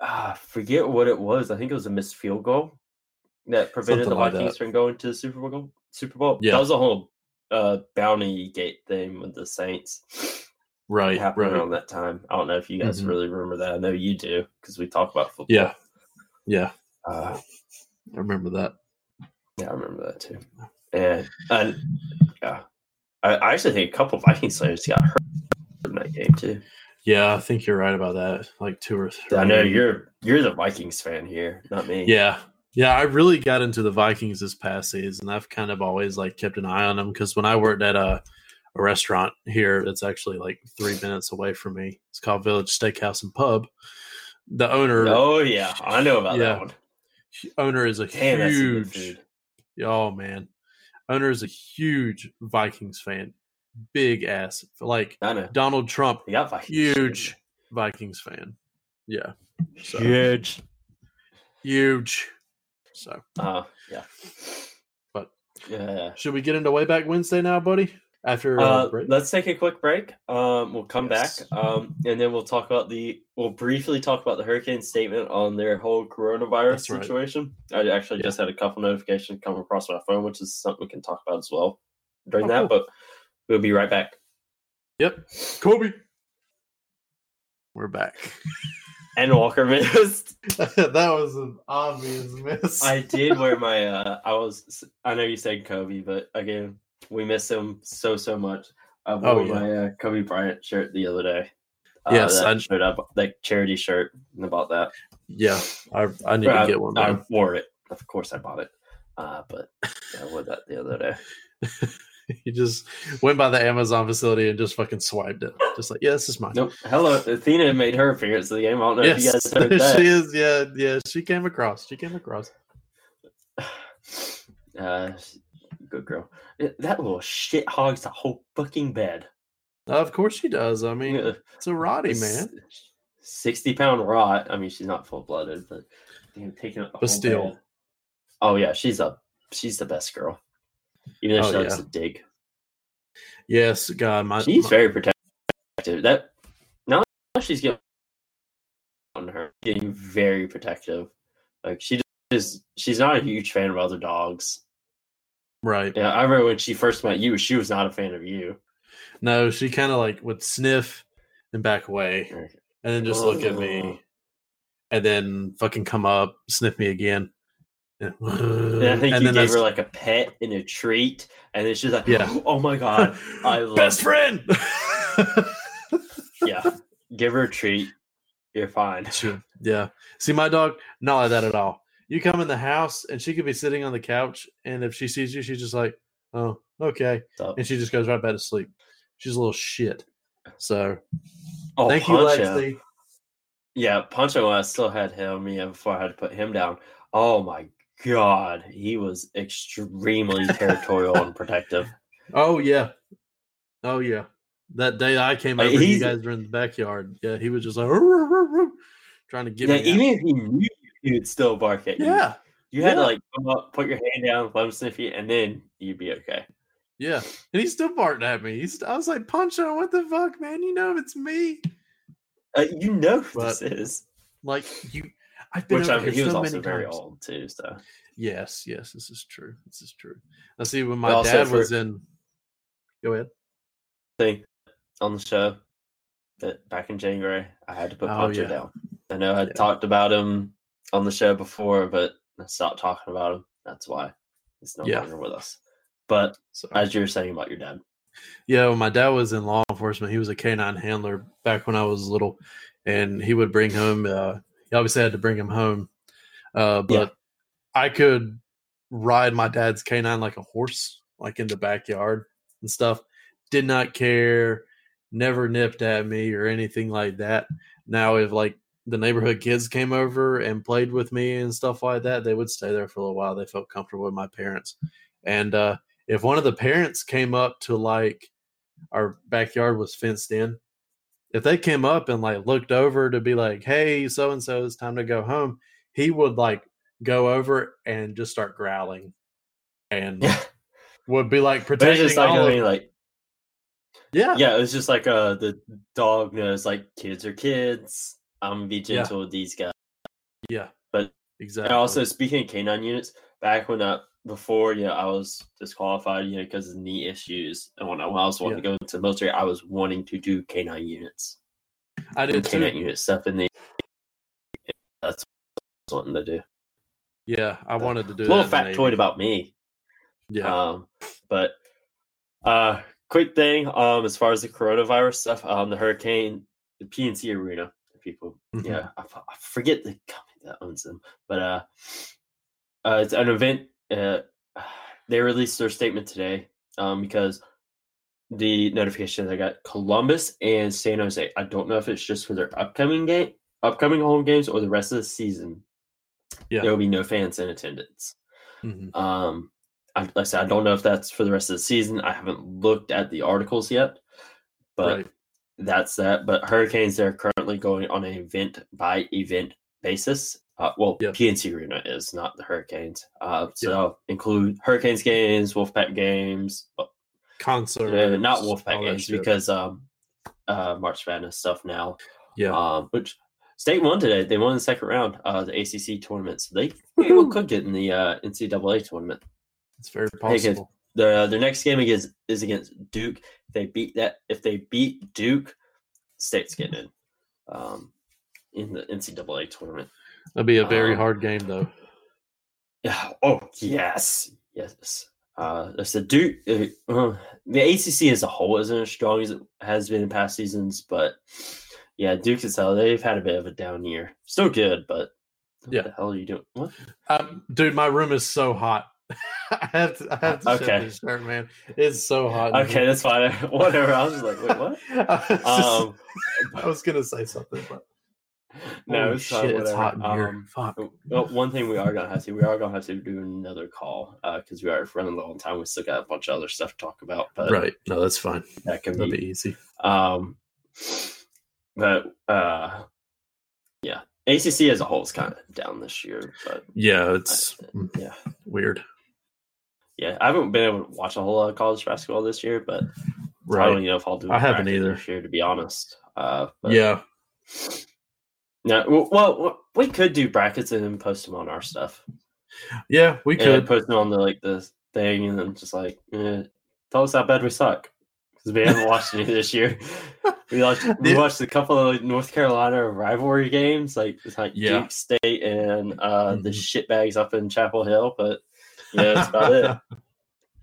Speaker 1: ah, I forget what it was. I think it was a missed field goal that prevented
Speaker 2: Something
Speaker 1: the
Speaker 2: like
Speaker 1: Vikings from going to the Super Bowl. goal- Super Bowl.
Speaker 2: Yeah.
Speaker 1: That was a whole uh, bounty gate thing with the Saints. It
Speaker 2: Right,
Speaker 1: happened
Speaker 2: right.
Speaker 1: around that time. I don't know if you guys
Speaker 2: Mhm.
Speaker 1: really remember that. I know you do because we talk about football.
Speaker 2: Yeah, yeah.
Speaker 1: Uh,
Speaker 2: I remember that.
Speaker 1: yeah, I remember that too. And, and yeah, I, I actually think a couple Vikings players got hurt in that game too.
Speaker 2: Yeah, I think you're right about that. Like two or three.
Speaker 1: I know you're you're the Vikings fan here, not me.
Speaker 2: Yeah. Yeah, I really got into the Vikings this past season. I've kind of always like kept an eye on them because when I worked at a, a restaurant here that's actually like three minutes away from me, it's called Village Steakhouse and Pub. The owner
Speaker 1: Oh yeah, I know about
Speaker 2: Yeah.
Speaker 1: that one.
Speaker 2: owner is a
Speaker 1: Damn, that's some good
Speaker 2: huge
Speaker 1: food.
Speaker 2: oh man, owner is a huge Vikings fan, big ass like
Speaker 1: I know.
Speaker 2: Donald Trump,
Speaker 1: They got Vikings.
Speaker 2: huge Vikings fan. Yeah, so-
Speaker 1: Huge.
Speaker 2: huge. So
Speaker 1: Uh, yeah.
Speaker 2: But- uh,
Speaker 1: yeah.
Speaker 2: should we get into Wayback Wednesday now, buddy? After uh,
Speaker 1: Uh,
Speaker 2: break?
Speaker 1: let's take a quick break. Um, we'll come
Speaker 2: Yes.
Speaker 1: back, um, and then we'll talk about the. We'll briefly talk about the hurricane statement on their whole coronavirus
Speaker 2: That's right.
Speaker 1: situation. I actually
Speaker 2: Yeah.
Speaker 1: just had a couple notifications come across my phone, which is something we can talk about as well during
Speaker 2: Oh,
Speaker 1: that.
Speaker 2: cool.
Speaker 1: But we'll be right back.
Speaker 2: Yep. Kobe. We're back.
Speaker 1: And Walker missed.
Speaker 2: that was an obvious miss.
Speaker 1: I did wear my. Uh, I was. I know you said Kobe, but again, we miss him so so much. I wore
Speaker 2: Oh, yeah.
Speaker 1: my uh, Kobe Bryant shirt the other day. Uh,
Speaker 2: Yes,
Speaker 1: that
Speaker 2: I-
Speaker 1: showed up that charity shirt and about that.
Speaker 2: yeah, I, I need
Speaker 1: I,
Speaker 2: to get one.
Speaker 1: I
Speaker 2: man.
Speaker 1: wore it. Of course, I bought it. Uh, but I wore that the other day.
Speaker 2: He just went by the Amazon facility and just fucking swiped it. Just like, yeah, this is mine.
Speaker 1: Nope. Hello, Athena made her appearance to the game. I don't know if you
Speaker 2: Yes,
Speaker 1: guys heard
Speaker 2: there
Speaker 1: that.
Speaker 2: she is. Yeah, yeah, she came across. She came across.
Speaker 1: Uh, good girl. That little shit hogs the whole fucking bed.
Speaker 2: of course she does. I mean, it's a Roddy man.
Speaker 1: S- Sixty pound rot. I mean, she's not full blooded, but damn, taking up the
Speaker 2: But
Speaker 1: whole
Speaker 2: still.
Speaker 1: bed. Oh yeah, she's a she's the best girl. Even if
Speaker 2: Oh,
Speaker 1: she likes
Speaker 2: yeah.
Speaker 1: to dig,
Speaker 2: Yes, God, my,
Speaker 1: she's
Speaker 2: my-
Speaker 1: very protective. That now she's getting on her getting very protective. Like she just she's not a huge fan of other dogs.
Speaker 2: right.
Speaker 1: Yeah, I remember when she first met you, she was not a fan of you.
Speaker 2: No, she kind of like would sniff and back away, and then just look at me, and then fucking come up, sniff me again. And,
Speaker 1: And I think
Speaker 2: and
Speaker 1: you gave
Speaker 2: then that's-
Speaker 1: her like a pet and a treat, and then she's like,
Speaker 2: Yeah.
Speaker 1: "Oh my god, I love
Speaker 2: best
Speaker 1: it.
Speaker 2: friend.
Speaker 1: yeah, give her a treat, you're fine."
Speaker 2: Sure. yeah. See, my dog, not like that at all. You come in the house, and she could be sitting on the couch, and if she sees you, she's just like, "Oh, okay,"
Speaker 1: So,
Speaker 2: and she just goes right back to sleep. She's a little shit. So
Speaker 1: Oh,
Speaker 2: thank you,
Speaker 1: Punch-Out.
Speaker 2: Lexi.
Speaker 1: Yeah, Pancho, I still had him. Yeah, before I had to put him down. Oh my god, he was extremely territorial and protective.
Speaker 2: Oh yeah, oh yeah. That day I came
Speaker 1: Like,
Speaker 2: over, and you
Speaker 1: he's-
Speaker 2: guys were in the backyard. Yeah, he was just like "Roo, roo, roo, roo," trying to get
Speaker 1: yeah,
Speaker 2: me. out.
Speaker 1: even if he knew you, would still bark at you.
Speaker 2: yeah,
Speaker 1: you had to
Speaker 2: yeah.
Speaker 1: like come up, put your hand down, let him sniff you, and then you'd be okay.
Speaker 2: yeah. And he still barked at me. He's, I was like, Pancho, what the fuck, man? You know it's me.
Speaker 1: Uh, you know who
Speaker 2: But-
Speaker 1: this is,
Speaker 2: Like you, I've been
Speaker 1: which
Speaker 2: over
Speaker 1: I mean,
Speaker 2: here
Speaker 1: he was
Speaker 2: so
Speaker 1: also
Speaker 2: many
Speaker 1: very
Speaker 2: times.
Speaker 1: old too. So
Speaker 2: Yes, yes, this is true. This is true. I see when my
Speaker 1: also
Speaker 2: dad
Speaker 1: for-
Speaker 2: was in. Go ahead.
Speaker 1: thing on the show that back in January I had to put
Speaker 2: Oh,
Speaker 1: Pancho
Speaker 2: yeah.
Speaker 1: down. I know I
Speaker 2: Yeah.
Speaker 1: would talked about him on the show before, but I stopped talking about him. That's why he's no
Speaker 2: Yeah.
Speaker 1: longer with us. But
Speaker 2: So
Speaker 1: as you were saying about your dad,
Speaker 2: Yeah, when my dad was in law enforcement, he was a canine handler back when I was little, and he would bring home. Uh, he obviously had to bring him home, uh, but
Speaker 1: Yeah.
Speaker 2: I could ride my dad's canine like a horse, like in the backyard and stuff. Did not care, never nipped at me or anything like that. Now, if like the neighborhood kids came over and played with me and stuff like that, they would stay there for a little while. They felt comfortable with my parents, and uh, if one of the parents came up to like our backyard was fenced in if they came up and like looked over to be like hey so and so it's time to go home he would like go over and just start growling and
Speaker 1: yeah,
Speaker 2: would be like
Speaker 1: but it's
Speaker 2: protecting
Speaker 1: just like
Speaker 2: all
Speaker 1: I
Speaker 2: of-
Speaker 1: mean, like
Speaker 2: yeah
Speaker 1: yeah, it was just like uh the dog knows like kids are kids. I'm gonna be
Speaker 2: Yeah.
Speaker 1: gentle with these guys.
Speaker 2: yeah
Speaker 1: But-
Speaker 2: exactly
Speaker 1: And also speaking of canine units, back when I before you know I was disqualified, you know, because of knee issues, and when I, when I was wanting to go into the military, I was wanting to do canine units.
Speaker 2: i
Speaker 1: and
Speaker 2: did too.
Speaker 1: canine unit stuff in the. That's what I was wanting to do.
Speaker 2: yeah i wanted to do
Speaker 1: A little
Speaker 2: that in the
Speaker 1: factoid
Speaker 2: Navy.
Speaker 1: about me.
Speaker 2: yeah
Speaker 1: Um, but uh, quick thing um, as far as the coronavirus stuff, um, the hurricane, the PNC Arena, the people.
Speaker 2: Mhm.
Speaker 1: Yeah, I, f- I forget the company that owns them, but uh, uh, it's an event. Uh, they released their statement today um, because the notification they got Columbus and San Jose. I don't know if it's just for their upcoming game, upcoming home games, or the rest of the season.
Speaker 2: Yeah.
Speaker 1: There will be no fans in attendance.
Speaker 2: Mhm.
Speaker 1: Um, I, like I said, I don't know if that's for the rest of the season. I haven't looked at the articles yet, but
Speaker 2: Right.
Speaker 1: that's that. But hurricanes they're currently going on an event by event basis. Uh, well,
Speaker 2: Yeah.
Speaker 1: PNC Arena is not the Hurricanes, uh, so that'll include Hurricanes games, Wolfpack games, uh, eh,
Speaker 2: concerts
Speaker 1: not
Speaker 2: all
Speaker 1: Wolfpack
Speaker 2: that
Speaker 1: games
Speaker 2: shit.
Speaker 1: because um, uh, March Madness stuff now.
Speaker 2: yeah
Speaker 1: Um, which State won today. They won the second round, uh, the ACC tournament, so they very well could get in the uh, NCAA tournament
Speaker 2: it's very
Speaker 1: guys.
Speaker 2: possible
Speaker 1: the their next game against is against Duke. If they beat that if they beat Duke, State's getting in. Um in the NCAA tournament.
Speaker 2: it'll be a very
Speaker 1: Um,
Speaker 2: hard game though
Speaker 1: Yeah. Oh yes. Yes. Uh it's the Duke uh, uh, the ACC as a whole isn't as strong as it has been in past seasons, but yeah, Duke is how they've had a bit of a down year. Still good, but what
Speaker 2: Yeah.
Speaker 1: the hell are you doing? What?
Speaker 2: Um, dude, my room is so hot. I have to, I have to
Speaker 1: Okay.
Speaker 2: shut this shirt, man. It's so hot. in
Speaker 1: Okay,
Speaker 2: here.
Speaker 1: that's fine. Whatever. I was just like, wait, what?
Speaker 2: I, was just-
Speaker 1: Um
Speaker 2: I was gonna say something, but
Speaker 1: no,
Speaker 2: holy
Speaker 1: it's,
Speaker 2: shit,
Speaker 1: fine,
Speaker 2: it's
Speaker 1: whatever.
Speaker 2: hot in here.
Speaker 1: Um,
Speaker 2: Fuck.
Speaker 1: Well, one thing we are gonna have to we are gonna have to do another call because we are running low on time. We still got a bunch of other stuff to talk about, but
Speaker 2: right? No, that's fine.
Speaker 1: that can
Speaker 2: That'd
Speaker 1: be.
Speaker 2: be easy.
Speaker 1: Um, but uh, yeah, ACC as a whole is kind of down this year, but
Speaker 2: Yeah, it's mm,
Speaker 1: yeah,
Speaker 2: weird,
Speaker 1: yeah, I haven't been able to watch a whole lot of college basketball this year, but I don't
Speaker 2: right?
Speaker 1: even know if I'll do.
Speaker 2: I
Speaker 1: a
Speaker 2: haven't
Speaker 1: bracket
Speaker 2: either.
Speaker 1: this year, to be honest. Uh, but
Speaker 2: Yeah,
Speaker 1: No, well, well, we could do brackets and then post them on our stuff.
Speaker 2: yeah, we
Speaker 1: and
Speaker 2: could.
Speaker 1: posting on the like the thing, and I'm just like, eh, tell us how bad we suck because we haven't watched any this year. We watched we
Speaker 2: Did-
Speaker 1: watched a couple of like, North Carolina rivalry games, like it's like
Speaker 2: Yeah.
Speaker 1: Duke State and uh, the
Speaker 2: Mhm.
Speaker 1: shitbags up in Chapel Hill, but yeah, that's about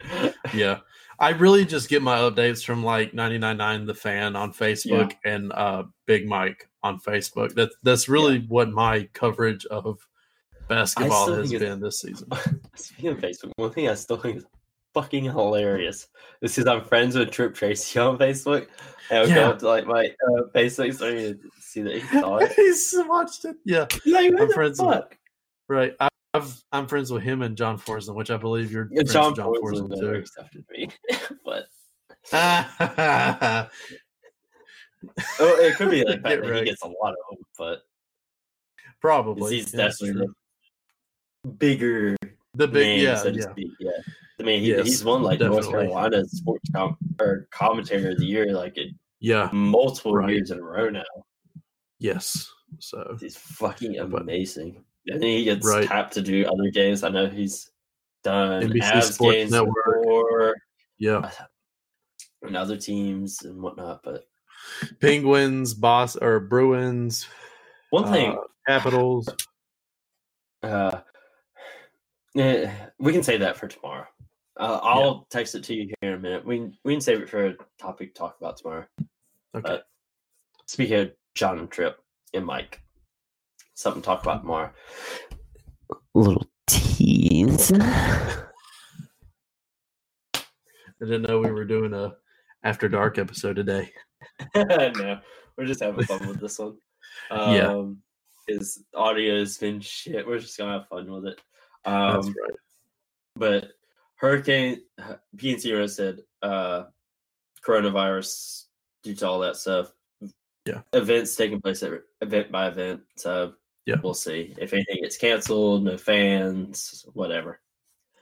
Speaker 1: it.
Speaker 2: yeah, I really just get my updates from like 999 the fan on Facebook and uh Big Mike on Facebook. That's that's really what my coverage of basketball
Speaker 1: still
Speaker 2: has
Speaker 1: think it's-
Speaker 2: been this season.
Speaker 1: Speaking of Facebook, one thing I still think is fucking hilarious. This is I'm friends with Trip Tracy on Facebook. And I'll
Speaker 2: Yeah.
Speaker 1: go up to like my uh, Facebook story and see that he saw it.
Speaker 2: He's watched it. Yeah.
Speaker 1: like, what
Speaker 2: I'm
Speaker 1: the
Speaker 2: friends with-
Speaker 1: fuck?
Speaker 2: Right. I, I've, I'm friends with him and John Forson, which I believe you're
Speaker 1: Yeah,
Speaker 2: friends
Speaker 1: John,
Speaker 2: with John Forson,
Speaker 1: Forson
Speaker 2: too.
Speaker 1: never accepted me. but
Speaker 2: I
Speaker 1: oh, it could be like
Speaker 2: Get
Speaker 1: that that he
Speaker 2: right.
Speaker 1: gets a lot of them, but
Speaker 2: Probably.
Speaker 1: he's
Speaker 2: Yeah, that's
Speaker 1: definitely
Speaker 2: true.
Speaker 1: the bigger
Speaker 2: The big,
Speaker 1: name,
Speaker 2: yeah,
Speaker 1: so to
Speaker 2: yeah.
Speaker 1: speak. Yeah. I mean, he,
Speaker 2: Yes,
Speaker 1: he's won like North
Speaker 2: definitely.
Speaker 1: Carolina sports com- or commentator of the year like in
Speaker 2: Yeah,
Speaker 1: multiple
Speaker 2: Right.
Speaker 1: years in a row now.
Speaker 2: yes. So,
Speaker 1: He's fucking
Speaker 2: But-
Speaker 1: amazing. And then he gets
Speaker 2: Right.
Speaker 1: tapped to do other games. I know he's done
Speaker 2: NBC
Speaker 1: Avs
Speaker 2: Sports
Speaker 1: games
Speaker 2: Network.
Speaker 1: before
Speaker 2: yeah.
Speaker 1: and other teams and whatnot. But
Speaker 2: Penguins, Boss, or Bruins,
Speaker 1: one thing,
Speaker 2: uh, Capitals.
Speaker 1: uh, eh, we can save that for tomorrow. Uh, I'll text it to you here in a minute. We can, we can save it for a topic to talk about tomorrow.
Speaker 2: Okay.
Speaker 1: Speaking of John and Tripp and Mike, something to talk about tomorrow. Little tease.
Speaker 2: I didn't know we were doing a After Dark episode today.
Speaker 1: no, we're just having fun with this one. Um,
Speaker 2: Yeah.
Speaker 1: His audio has been shit. We're just gonna have fun with it. Um,
Speaker 2: That's right.
Speaker 1: But Hurricane PNC Rose said uh, coronavirus due to all that stuff.
Speaker 2: Yeah.
Speaker 1: Events taking place at, event by event. So
Speaker 2: Yeah.
Speaker 1: we'll see if anything gets canceled, no fans, whatever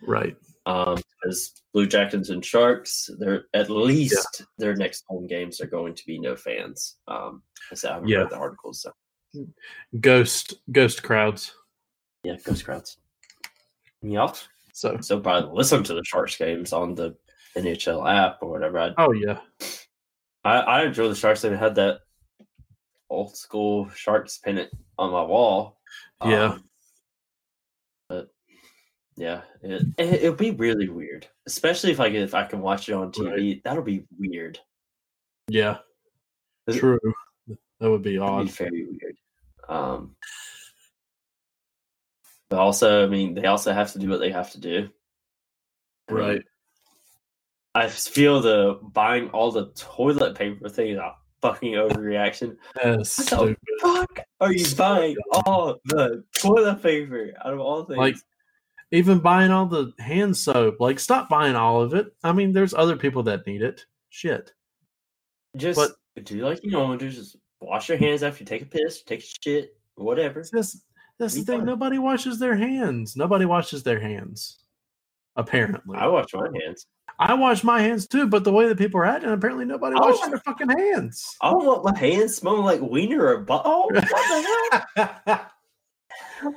Speaker 2: Right.
Speaker 1: um, because Blue Jackets and Sharks, they're at least their next home games are going to be no fans. Um, I said I haven't
Speaker 2: Yeah.
Speaker 1: read the articles, so
Speaker 2: Ghost, ghost crowds.
Speaker 1: yeah, ghost crowds. Yup.
Speaker 2: So,
Speaker 1: So probably listen to the Sharks games on the NHL app or whatever. I
Speaker 2: oh yeah,
Speaker 1: I, I enjoy the Sharks. They had that old school Sharks pennant on my wall. Um,
Speaker 2: Yeah.
Speaker 1: but yeah, it, it it'll be really weird, especially if I get if I can watch it on TV. That'll be weird.
Speaker 2: yeah.
Speaker 1: Is it-
Speaker 2: True. That would be
Speaker 1: That'd
Speaker 2: odd.
Speaker 1: be very weird. Um, but also, I mean, they also have to do what they have to do. I mean,
Speaker 2: Right.
Speaker 1: I just feel the buying all the toilet paper thing is a fucking overreaction.
Speaker 2: That's
Speaker 1: What the
Speaker 2: stupid.
Speaker 1: Fuck, are Oh, you buying all the toilet paper out of all things?
Speaker 2: Like, even buying all the hand soap. Like, stop buying all of it. I mean, there's other people that need it. Shit.
Speaker 1: just do like you know, just wash your hands after you take a piss, take a shit, whatever.
Speaker 2: That's that's the
Speaker 1: Me
Speaker 2: thing.
Speaker 1: too.
Speaker 2: Nobody washes their hands. Nobody washes their hands. Apparently,
Speaker 1: I wash my hands.
Speaker 2: I wash my hands too, but the way that people are acting, apparently nobody
Speaker 1: I
Speaker 2: washes
Speaker 1: wash-
Speaker 2: their fucking hands.
Speaker 1: I don't want my hands smelling like wiener or butthole. What the hell?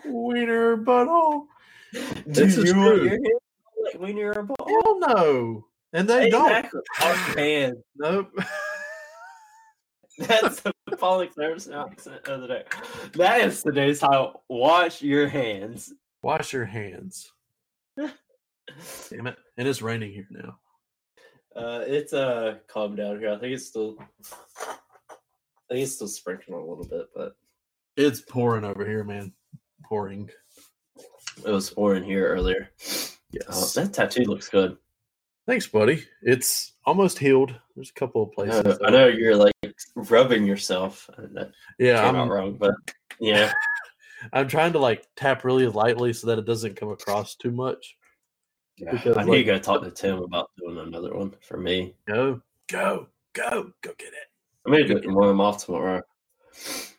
Speaker 2: Wiener butthole.
Speaker 1: Do
Speaker 2: This is
Speaker 1: you want
Speaker 2: true.
Speaker 1: your hands like when you're a ball?
Speaker 2: Hell no. And they don't.
Speaker 1: Exactly. Our man.
Speaker 2: Nope.
Speaker 1: That's the Paul Clarkson accent of the day. That is today's title. Wash your hands.
Speaker 2: Wash your hands. Damn it. And it's raining here now.
Speaker 1: Uh, it's uh calm down here. I think it's still I think it's still sprinkling a little bit, but
Speaker 2: It's pouring over here, man. Pouring.
Speaker 1: it was pouring here earlier. Oh,
Speaker 2: Yes.
Speaker 1: that tattoo looks good.
Speaker 2: Uh, Thanks, buddy. It's almost healed. There's a couple of
Speaker 1: I
Speaker 2: places.
Speaker 1: know, Uh, I
Speaker 2: that-
Speaker 1: know you're like rubbing yourself. That
Speaker 2: Yeah,
Speaker 1: came
Speaker 2: I'm,
Speaker 1: out wrong, but yeah.
Speaker 2: I'm trying to like tap really lightly so that it doesn't come across too much. Because,
Speaker 1: I need to
Speaker 2: like-
Speaker 1: go talk to Tim about doing another one for me.
Speaker 2: Go, go, go, go get it.
Speaker 1: I'm gonna do it when I'm off tomorrow.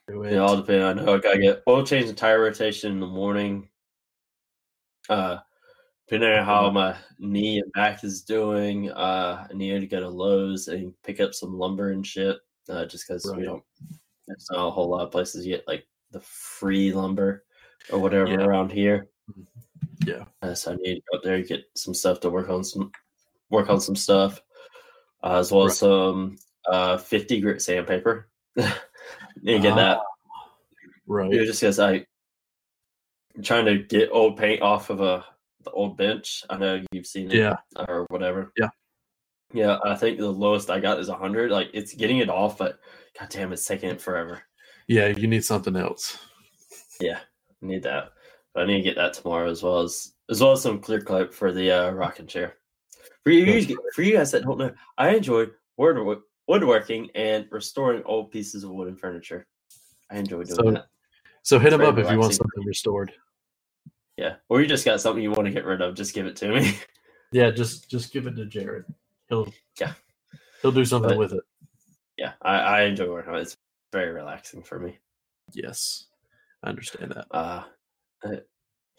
Speaker 2: Do
Speaker 1: It all depends. I know I gotta get oil change and tire rotation in the morning. Uh depending on
Speaker 2: Mm-hmm.
Speaker 1: how my knee and back is doing. Uh I need to go to Lowe's and pick up some lumber and shit. Uh just because we
Speaker 2: Right.
Speaker 1: don't there's not a whole lot of places you get like the free lumber or whatever
Speaker 2: Yeah. Mm-hmm.
Speaker 1: around here.
Speaker 2: Yeah.
Speaker 1: Uh, so I need to go up there and get some stuff to work on some work on some stuff. Uh, as well as some uh 50 grit sandpaper. need to
Speaker 2: Ah.
Speaker 1: get that.
Speaker 2: Right.
Speaker 1: It was just because I I'm trying to get old paint off of a the old bench. I know you've seen it
Speaker 2: Yeah.
Speaker 1: or whatever.
Speaker 2: Yeah.
Speaker 1: Yeah, I think the lowest I got is hundred. Like it's getting it off, but god damn it's taking it forever.
Speaker 2: Yeah. You need something else.
Speaker 1: Yeah. I need that. But I need to get that tomorrow as well as as well as some clear coat for the uh rocking chair. For you, for you guys that don't know, I enjoy wood, woodworking and restoring old pieces of wooden furniture. I enjoy doing
Speaker 2: So-
Speaker 1: that.
Speaker 2: So hit him
Speaker 1: Very
Speaker 2: up if you want
Speaker 1: relaxing.
Speaker 2: something restored.
Speaker 1: Yeah. Or you just got something you want to get rid of, just give it to me.
Speaker 2: Yeah, just just give it to Jared. He'll
Speaker 1: Yeah.
Speaker 2: he'll do something
Speaker 1: But-
Speaker 2: with it.
Speaker 1: yeah, I, I enjoy working on it. It's very relaxing for me.
Speaker 2: Yes, I understand that.
Speaker 1: Uh, uh,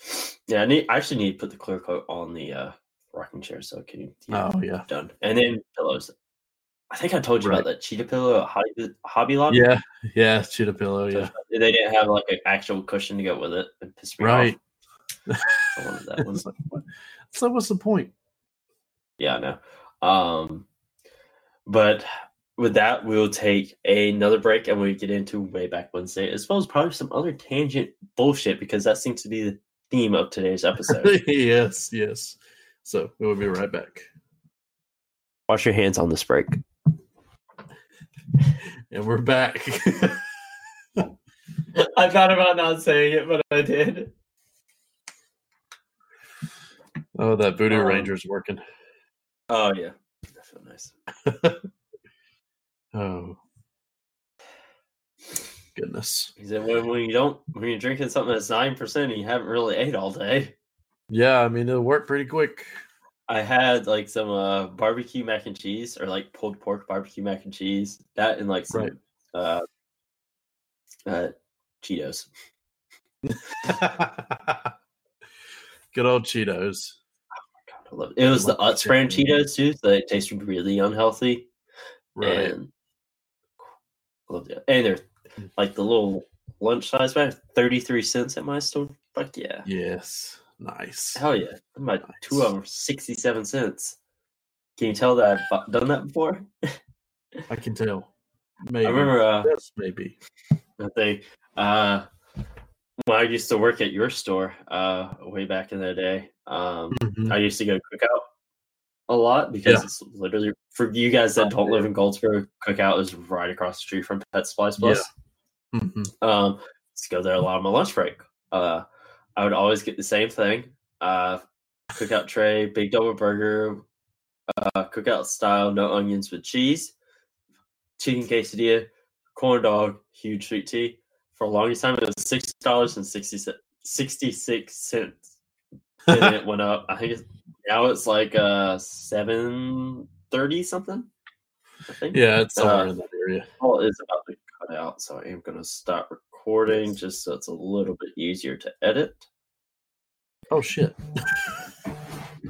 Speaker 1: yeah, I need. I actually need to put the clear coat on the uh, rocking chair so it can be
Speaker 2: Oh yeah,
Speaker 1: done. And then pillows. I think I told you about that cheetah pillow at Hobby, Hobby Lobby.
Speaker 2: yeah, yeah. Cheetah pillow. Yeah,
Speaker 1: They didn't have like an actual cushion to go with it. It pissed me
Speaker 2: Right.
Speaker 1: off. I wanted that one.
Speaker 2: It's like, what- so what's the point?
Speaker 1: Yeah, I know. Um, but with that, we'll take another break and we get into way back Wednesday, as well as probably some other tangent bullshit because that seems to be the theme of today's episode.
Speaker 2: yes, yes. So we will be right back,
Speaker 1: Wash your hands on this break.
Speaker 2: and we're back.
Speaker 1: I thought about not saying it, but I did.
Speaker 2: oh, that Voodoo
Speaker 1: Um,
Speaker 2: Ranger's working.
Speaker 1: Oh yeah, that felt nice.
Speaker 2: Oh goodness.
Speaker 1: He said when, when you don't when you're drinking something that's nine percent and you haven't really ate all day.
Speaker 2: Yeah, I mean it'll work pretty quick.
Speaker 1: I had like some uh, barbecue mac and cheese or like pulled pork barbecue mac and cheese. That and like some
Speaker 2: Right.
Speaker 1: uh, uh, Cheetos.
Speaker 2: Good old Cheetos.
Speaker 1: God, I love it. It was the
Speaker 2: Love
Speaker 1: Utz brand
Speaker 2: chicken.
Speaker 1: Cheetos too, so they tasted really unhealthy.
Speaker 2: Right. Mm.
Speaker 1: And I loved it. And they're like the little lunch size bag, thirty three cents at my store. Fuck yeah.
Speaker 2: Yes. Nice.
Speaker 1: Hell yeah. I'm about two of them, 67 cents. Can you tell that I've bu- done that before?
Speaker 2: I can tell. Maybe.
Speaker 1: I remember uh,
Speaker 2: Yes, maybe.
Speaker 1: I think uh, when I used to work at your store uh, way back in the day, um, I used to go cookout a lot because
Speaker 2: Mm-hmm. Yeah.
Speaker 1: it's literally for you guys that don't live in Goldsboro, cookout is right across the street from Pet Supplies Plus.
Speaker 2: Mhm.
Speaker 1: Um, just go there a lot on my lunch break. Uh, I would always get the same thing: uh, cookout tray, big double burger, uh, cookout style, no onions with cheese, chicken quesadilla, corn dog, huge sweet tea. For the longest time, it was six dollars and sixty sixty-six cents. and it went up. I think it's, now it's like uh seven thirty something. I think
Speaker 2: Yeah, it's somewhere
Speaker 1: Uh,
Speaker 2: in that area.
Speaker 1: call is about to cut out, so I am going to stop recording just so it's a little bit easier to edit.
Speaker 2: Oh shit.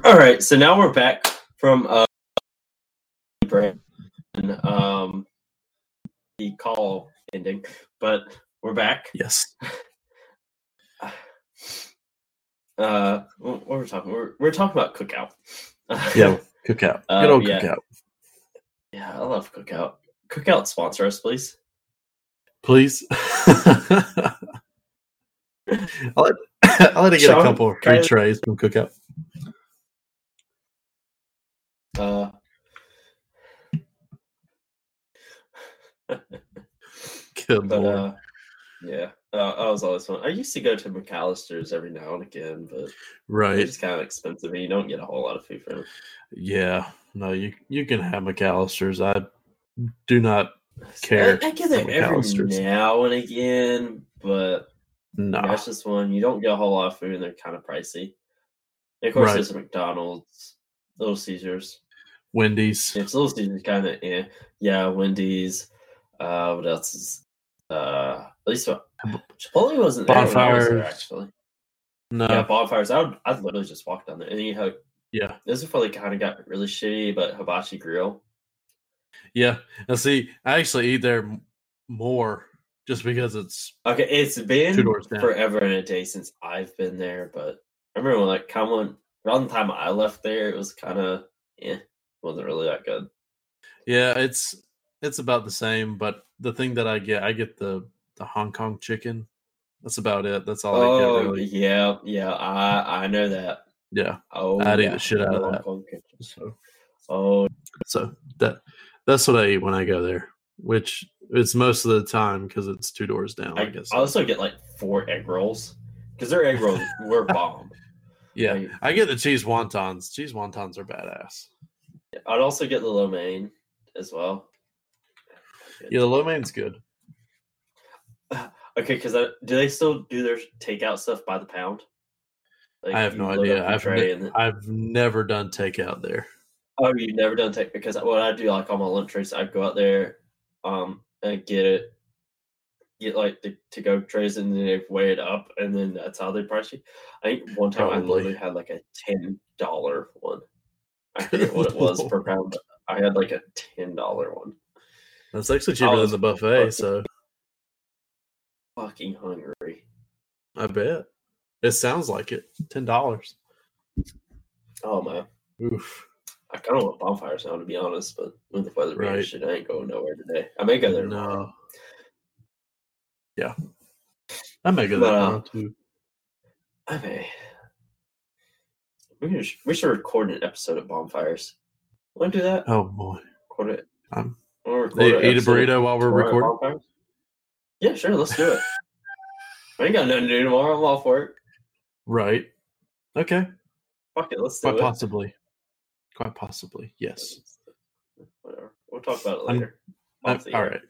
Speaker 1: All right, so now we're back from uh, Brandon, um, the call ending, but we're back.
Speaker 2: Yes.
Speaker 1: Uh, what were we talking? We're, we're talking about cookout.
Speaker 2: Yeah. Cookout.
Speaker 1: Uh,
Speaker 2: Good old
Speaker 1: yeah.
Speaker 2: cookout.
Speaker 1: yeah, I love cookout. Cookout sponsor us, please.
Speaker 2: Please. I like I like to get a
Speaker 1: Sean,
Speaker 2: couple of free
Speaker 1: guys-
Speaker 2: trays from cookout.
Speaker 1: Uh,
Speaker 2: Good
Speaker 1: But
Speaker 2: lord.
Speaker 1: uh, yeah, uh, I was always fun. I used to go to McAllister's every now and again, but
Speaker 2: right.
Speaker 1: it's kind of expensive, and you don't get a whole lot of food from it.
Speaker 2: Yeah. No, you you can have McAllister's. I do not Care
Speaker 1: I, I get there
Speaker 2: for
Speaker 1: every
Speaker 2: McAllister's.
Speaker 1: now and again, but
Speaker 2: no.
Speaker 1: that's just one you don't get a whole lot of food, and they're kind of pricey. And of course,
Speaker 2: Right.
Speaker 1: there's a McDonald's, Little Caesars.
Speaker 2: Wendy's.
Speaker 1: It's Little Caesars kind of eh. yeah, Wendy's. Uh, what else is uh? At least what- Chipotle wasn't there when I was there,
Speaker 2: Bonfires. uh,
Speaker 1: actually.
Speaker 2: No.
Speaker 1: yeah,
Speaker 2: Yeah.
Speaker 1: bonfires. I would, I'd literally just walk down there, and you have This is before they kind of got really shitty, but Hibachi Grill.
Speaker 2: Yeah. Now, see, I actually eat there m- more just because it's
Speaker 1: Okay, it's been
Speaker 2: Two doors down.
Speaker 1: forever and a day since I've been there, but I remember when like kind of around the time I left there, it was kind of eh, wasn't really that good.
Speaker 2: yeah, it's it's about the same. But the thing that I get, I get the the Hong Kong chicken. That's about it. That's all I get.
Speaker 1: Oh
Speaker 2: Really.
Speaker 1: yeah, yeah, I I know that.
Speaker 2: Yeah.
Speaker 1: Oh,
Speaker 2: I'd eat
Speaker 1: yeah.
Speaker 2: the shit out of
Speaker 1: Hong
Speaker 2: that.
Speaker 1: Kong kitchen.
Speaker 2: So
Speaker 1: Oh,
Speaker 2: so that that's what I eat when I go there, which it's most of the time because it's two doors down. I,
Speaker 1: I,
Speaker 2: guess.
Speaker 1: I also get like four egg rolls because their egg rolls were bomb.
Speaker 2: yeah,
Speaker 1: like-
Speaker 2: I get the cheese wontons. Cheese wontons are badass.
Speaker 1: I'd also get the lo mein as well.
Speaker 2: Yeah, the lo mein's good.
Speaker 1: Okay, because do they still do their takeout stuff by the pound? Like,
Speaker 2: I have no
Speaker 1: you load
Speaker 2: idea.
Speaker 1: up your
Speaker 2: I've,
Speaker 1: tray
Speaker 2: ne-
Speaker 1: and then-
Speaker 2: I've never done takeout there.
Speaker 1: Oh, you've never done take because what I do like on my lunch trays, I go out there, um, and get it, get like the to go trays, and then they weigh it up, and then that's how they price you. I think one time I
Speaker 2: Probably.
Speaker 1: literally had like a ten dollar one. I forget what it was per pound. I had like a ten dollar one.
Speaker 2: That's actually
Speaker 1: I
Speaker 2: cheaper
Speaker 1: was
Speaker 2: than the buffet, so
Speaker 1: Fucking hungry.
Speaker 2: I bet. It sounds like it. Ten dollars.
Speaker 1: Oh man,
Speaker 2: Oof.
Speaker 1: I kind of want bonfires now to be honest, but with the weather being
Speaker 2: Right.
Speaker 1: shit, I ain't going nowhere today. I may go there. tomorrow.
Speaker 2: No. Yeah. I may go
Speaker 1: But,
Speaker 2: that
Speaker 1: uh,
Speaker 2: round too.
Speaker 1: I may. We should, we should record an episode of bonfires. Want to do that?
Speaker 2: Oh boy.
Speaker 1: Record it.
Speaker 2: Um,
Speaker 1: Wanna record
Speaker 2: Eat
Speaker 1: an
Speaker 2: eat a
Speaker 1: episode
Speaker 2: burrito while we're
Speaker 1: tomorrow at
Speaker 2: recording.
Speaker 1: Bonfires? Yeah, sure. Let's do it. I ain't got nothing to do tomorrow. I'm off work.
Speaker 2: Right. Okay.
Speaker 1: Fuck it. Let's do
Speaker 2: Quite
Speaker 1: it.
Speaker 2: possibly. Quite possibly. Yes.
Speaker 1: Whatever. We'll talk about it
Speaker 2: I'm-
Speaker 1: later.
Speaker 2: Uh,
Speaker 1: Off the
Speaker 2: all
Speaker 1: air.
Speaker 2: right.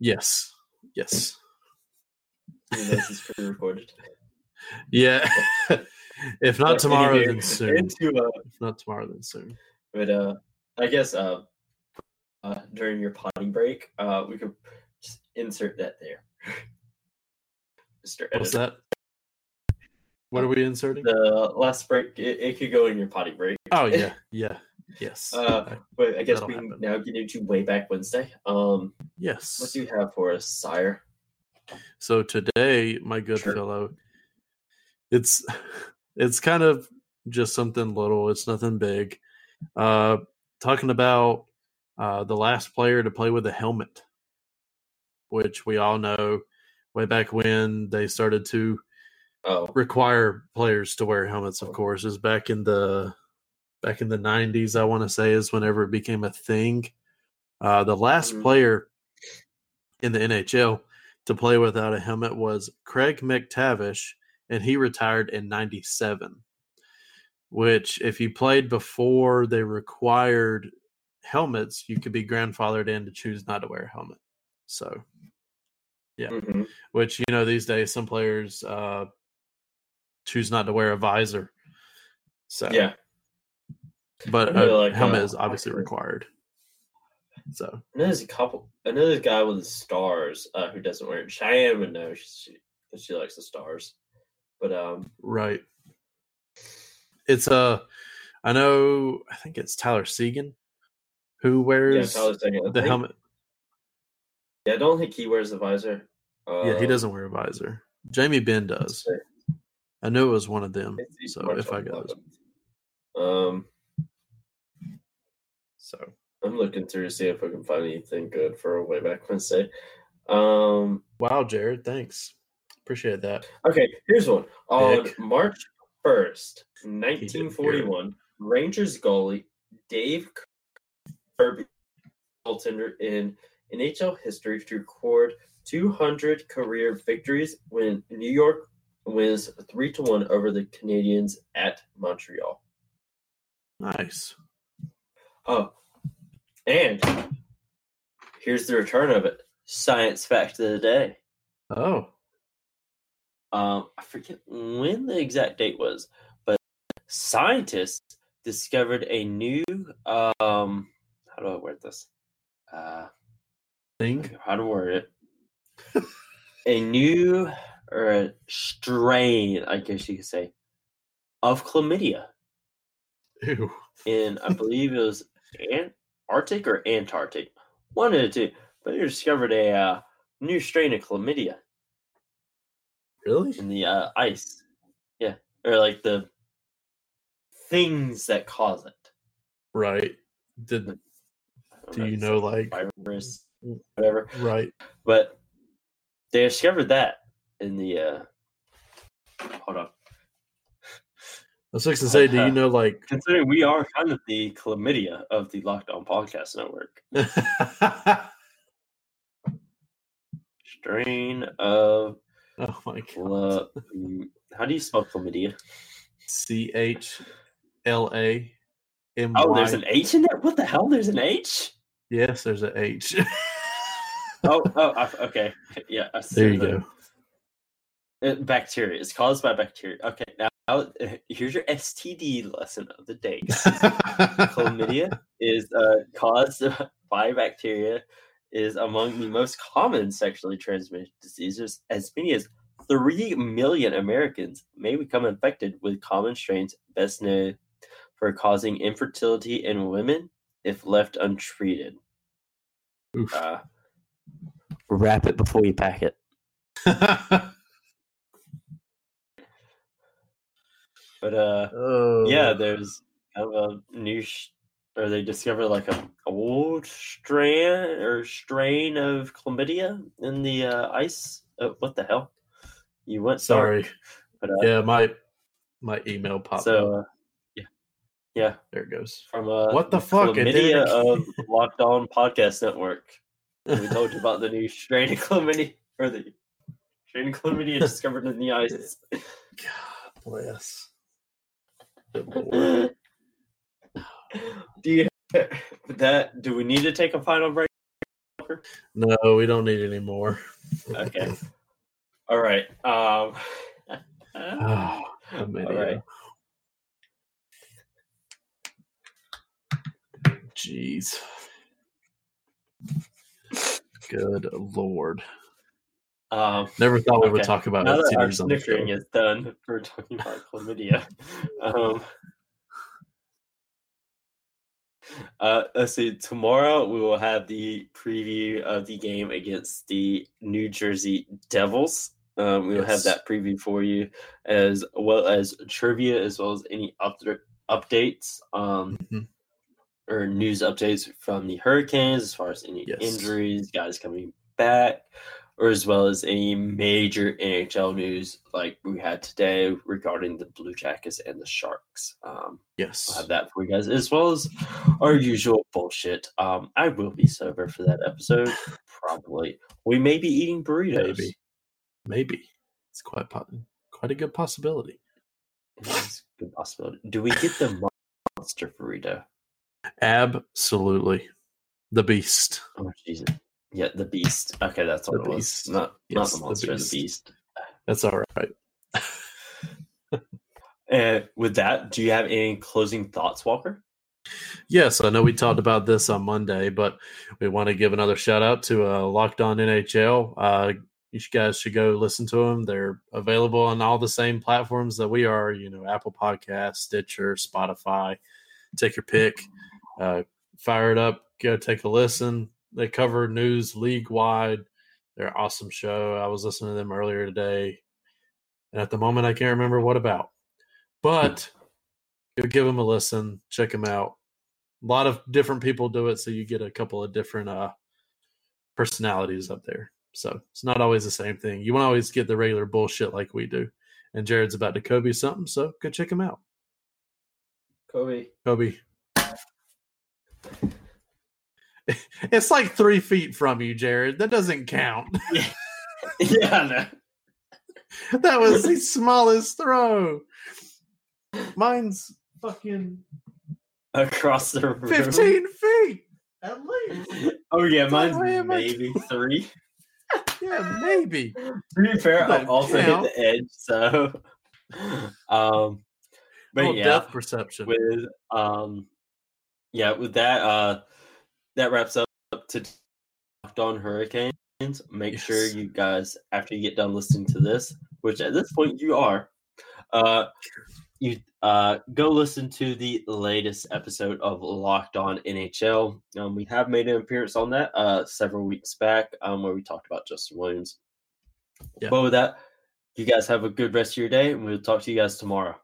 Speaker 2: Yes. Yes.
Speaker 1: Even though This is pre-recorded.
Speaker 2: Yeah. if not
Speaker 1: But
Speaker 2: tomorrow,
Speaker 1: anyway,
Speaker 2: then soon.
Speaker 1: Into, uh,
Speaker 2: If not tomorrow, then soon.
Speaker 1: But uh, I guess uh, uh, during your potty break, uh, we could just insert that there, Mister
Speaker 2: What's
Speaker 1: Editor.
Speaker 2: that? What are we inserting?
Speaker 1: The last break, it, it could go in your potty break.
Speaker 2: Oh yeah, yeah, yes,
Speaker 1: Uh, But I guess
Speaker 2: That'll
Speaker 1: we can
Speaker 2: happen.
Speaker 1: now get into way back Wednesday. Um, what
Speaker 2: yes.
Speaker 1: do you have for us, Sire?
Speaker 2: So today, my good
Speaker 1: Sure.
Speaker 2: fellow, it's it's kind of just something little. It's nothing big. Uh, talking about uh, the last player to play with a helmet, which we all know, way back when they started to
Speaker 1: Oh,
Speaker 2: require players to wear helmets of course is back in the back in the 90s i want to say is whenever it became a thing uh the last
Speaker 1: Mhm.
Speaker 2: player in the nhl to play without a helmet was craig mctavish and he retired in 97 which if you played before they required helmets you could be grandfathered in to choose not to wear a helmet so
Speaker 1: mhm.
Speaker 2: which you know these days some players uh choose not to wear a visor so
Speaker 1: yeah. I
Speaker 2: but
Speaker 1: know,
Speaker 2: a
Speaker 1: like,
Speaker 2: helmet
Speaker 1: uh,
Speaker 2: is obviously
Speaker 1: actually-
Speaker 2: required so
Speaker 1: I know there's a couple. I know there's a guy with the stars uh, who doesn't wear it. Cheyenne would know she, she, she likes the stars. But um,
Speaker 2: right it's uh i know i think it's tyler segan who
Speaker 1: yeah,
Speaker 2: wears
Speaker 1: Tyler's taking
Speaker 2: the helmet
Speaker 1: Yeah, I don't think he wears the visor. Uh,
Speaker 2: yeah he doesn't wear a visor jamie ben does i knew it was one of them
Speaker 1: It's- it's
Speaker 2: so
Speaker 1: March
Speaker 2: if i got
Speaker 1: 11th.
Speaker 2: this
Speaker 1: um,
Speaker 2: so
Speaker 1: I'm looking through to see if we can find anything good for way back Wednesday. Um,
Speaker 2: wow jared thanks appreciate that
Speaker 1: okay, here's one on
Speaker 2: Nick.
Speaker 1: March 1st,
Speaker 2: didn't hear it.
Speaker 1: 1941. Rangers goalie Dave Kirby, goaltender in NHL history, to record 200 career victories when New York wins three to one over the Canadians at Montreal.
Speaker 2: nice
Speaker 1: Oh, and here's the return of it. Science fact of the day.
Speaker 2: oh
Speaker 1: Um, I forget when the exact date was, but scientists discovered a new um. How do I word this? Uh,
Speaker 2: thing
Speaker 1: how to word it? a new or a strain, I guess you could say, of chlamydia
Speaker 2: Ew.
Speaker 1: in I believe it was Antarctic or Antarctic, one of the two. But they discovered a uh, new strain of chlamydia
Speaker 2: really
Speaker 1: in the uh, ice. Yeah, or like the things that cause it.
Speaker 2: Right. Did
Speaker 1: I don't
Speaker 2: do you
Speaker 1: it's
Speaker 2: know Mm. like
Speaker 1: virus, whatever?
Speaker 2: right?
Speaker 1: But they discovered that in the. Uh, hold on.
Speaker 2: I was just gonna say, do you know like
Speaker 1: Considering we are kind of the chlamydia of the Lockdown Podcast Network,
Speaker 2: Oh
Speaker 1: strain of
Speaker 2: Oh my god.
Speaker 1: chla- how do you spell chlamydia?
Speaker 2: C H L A M
Speaker 1: Oh,
Speaker 2: Y.
Speaker 1: there's an H in there. What the hell? There's an H.
Speaker 2: yes, there's an H.
Speaker 1: Oh, oh, I, okay. Yeah, I
Speaker 2: there
Speaker 1: see
Speaker 2: you
Speaker 1: the-
Speaker 2: go.
Speaker 1: uh, Bacteria. It's caused by bacteria. Okay, now now, uh, here's your STD lesson of the day. chlamydia is uh, caused by bacteria is among the most common sexually transmitted diseases as many as 3 million americans may become infected with common strains best known for causing infertility in women if left untreated
Speaker 2: Oof.
Speaker 1: uh, wrap it before you pack it but uh
Speaker 2: oh.
Speaker 1: yeah, there's kind of a new, sh- or they discovered like a old strand or strain of chlamydia in the uh, ice. Uh, what the hell? You went dark.
Speaker 2: Sorry.
Speaker 1: but, uh,
Speaker 2: yeah, my my email popped up.
Speaker 1: So uh, yeah, yeah,
Speaker 2: There it goes.
Speaker 1: from uh,
Speaker 2: What the fuck? It did it
Speaker 1: chlamydia
Speaker 2: again.
Speaker 1: of Locked On Podcast Network. We told you about the new strain of chlamydia, or the strain of chlamydia discovered in the ice.
Speaker 2: God bless. Good Lord.
Speaker 1: do you that do we need to take a final break
Speaker 2: No, we don't need any more.
Speaker 1: okay all right um
Speaker 2: Oh, I'm an
Speaker 1: All
Speaker 2: idiot. Jeez. Good lord.
Speaker 1: um
Speaker 2: Never thought we would
Speaker 1: Okay.
Speaker 2: talk about
Speaker 1: now that our
Speaker 2: STDs on the
Speaker 1: snickering
Speaker 2: show.
Speaker 1: is done we're talking about chlamydia um uh let's see tomorrow we will have the preview of the game against the new jersey devils um, we will have
Speaker 2: Yes.
Speaker 1: that preview for you as well as trivia as well as any up- updates um
Speaker 2: Mhm.
Speaker 1: or news updates from the Hurricanes as far as any
Speaker 2: Yes.
Speaker 1: injuries, guys coming back, or as well as any major NHL news like we had today regarding the Blue Jackets and the Sharks. Um, we'll
Speaker 2: Yes.
Speaker 1: have that for you guys, as well as our usual bullshit. Um, I will be sober for that episode, probably. We may be eating burritos.
Speaker 2: Maybe. Maybe. It's quite po- quite a good possibility.
Speaker 1: It's a good possibility. Do we get the mon- monster burrito?
Speaker 2: Absolutely. The beast.
Speaker 1: Oh Jesus! Yeah, the beast. Okay, that's what
Speaker 2: The
Speaker 1: it was.
Speaker 2: beast.
Speaker 1: Not
Speaker 2: Yes,
Speaker 1: not the
Speaker 2: the
Speaker 1: monster, the
Speaker 2: beast.
Speaker 1: beast.
Speaker 2: That's all right.
Speaker 1: And Uh, with that, do you have any closing thoughts, Walker?
Speaker 2: Yes, I know we talked about this on Monday, but we want to give another shout out to uh, Locked On NHL. Uh, you sh- guys should go listen to them. They're available on all the same platforms that we are. You know, Apple Podcasts, Stitcher, Spotify. Take your pick. Uh, fire it up. Go take a listen. They cover news league wide. They're an awesome show. I was listening to them earlier today, and at the moment, I can't remember what about. But go give them a listen. Check them out a lot of different people do it so you get a couple of different uh personalities up there so it's not always the same thing you won't always get the regular bullshit like we do and jared's about to kobe something so go check him out
Speaker 1: Kobe.
Speaker 2: kobe it's like three feet from you jared that doesn't count
Speaker 1: yeah,
Speaker 2: that was the smallest throw mine's fucking
Speaker 1: no. across the room.
Speaker 2: 15 feet at least
Speaker 1: Oh yeah,
Speaker 2: Don't
Speaker 1: mine's
Speaker 2: worry about-
Speaker 1: maybe three.
Speaker 2: yeah maybe
Speaker 1: To be fair, I
Speaker 2: Don't
Speaker 1: also
Speaker 2: count.
Speaker 1: hit the edge, so um, but
Speaker 2: Little
Speaker 1: yeah,
Speaker 2: depth perception
Speaker 1: with um yeah with that uh that wraps up to Locked on hurricanes make sure
Speaker 2: Yes.
Speaker 1: you guys after you get done listening to this which at this point you are uh you uh go listen to the latest episode of locked on nhl um we have made an appearance on that uh several weeks back um where we talked about justin williams
Speaker 2: Yeah.
Speaker 1: but with that you guys have a good rest of your day and we'll talk to you guys tomorrow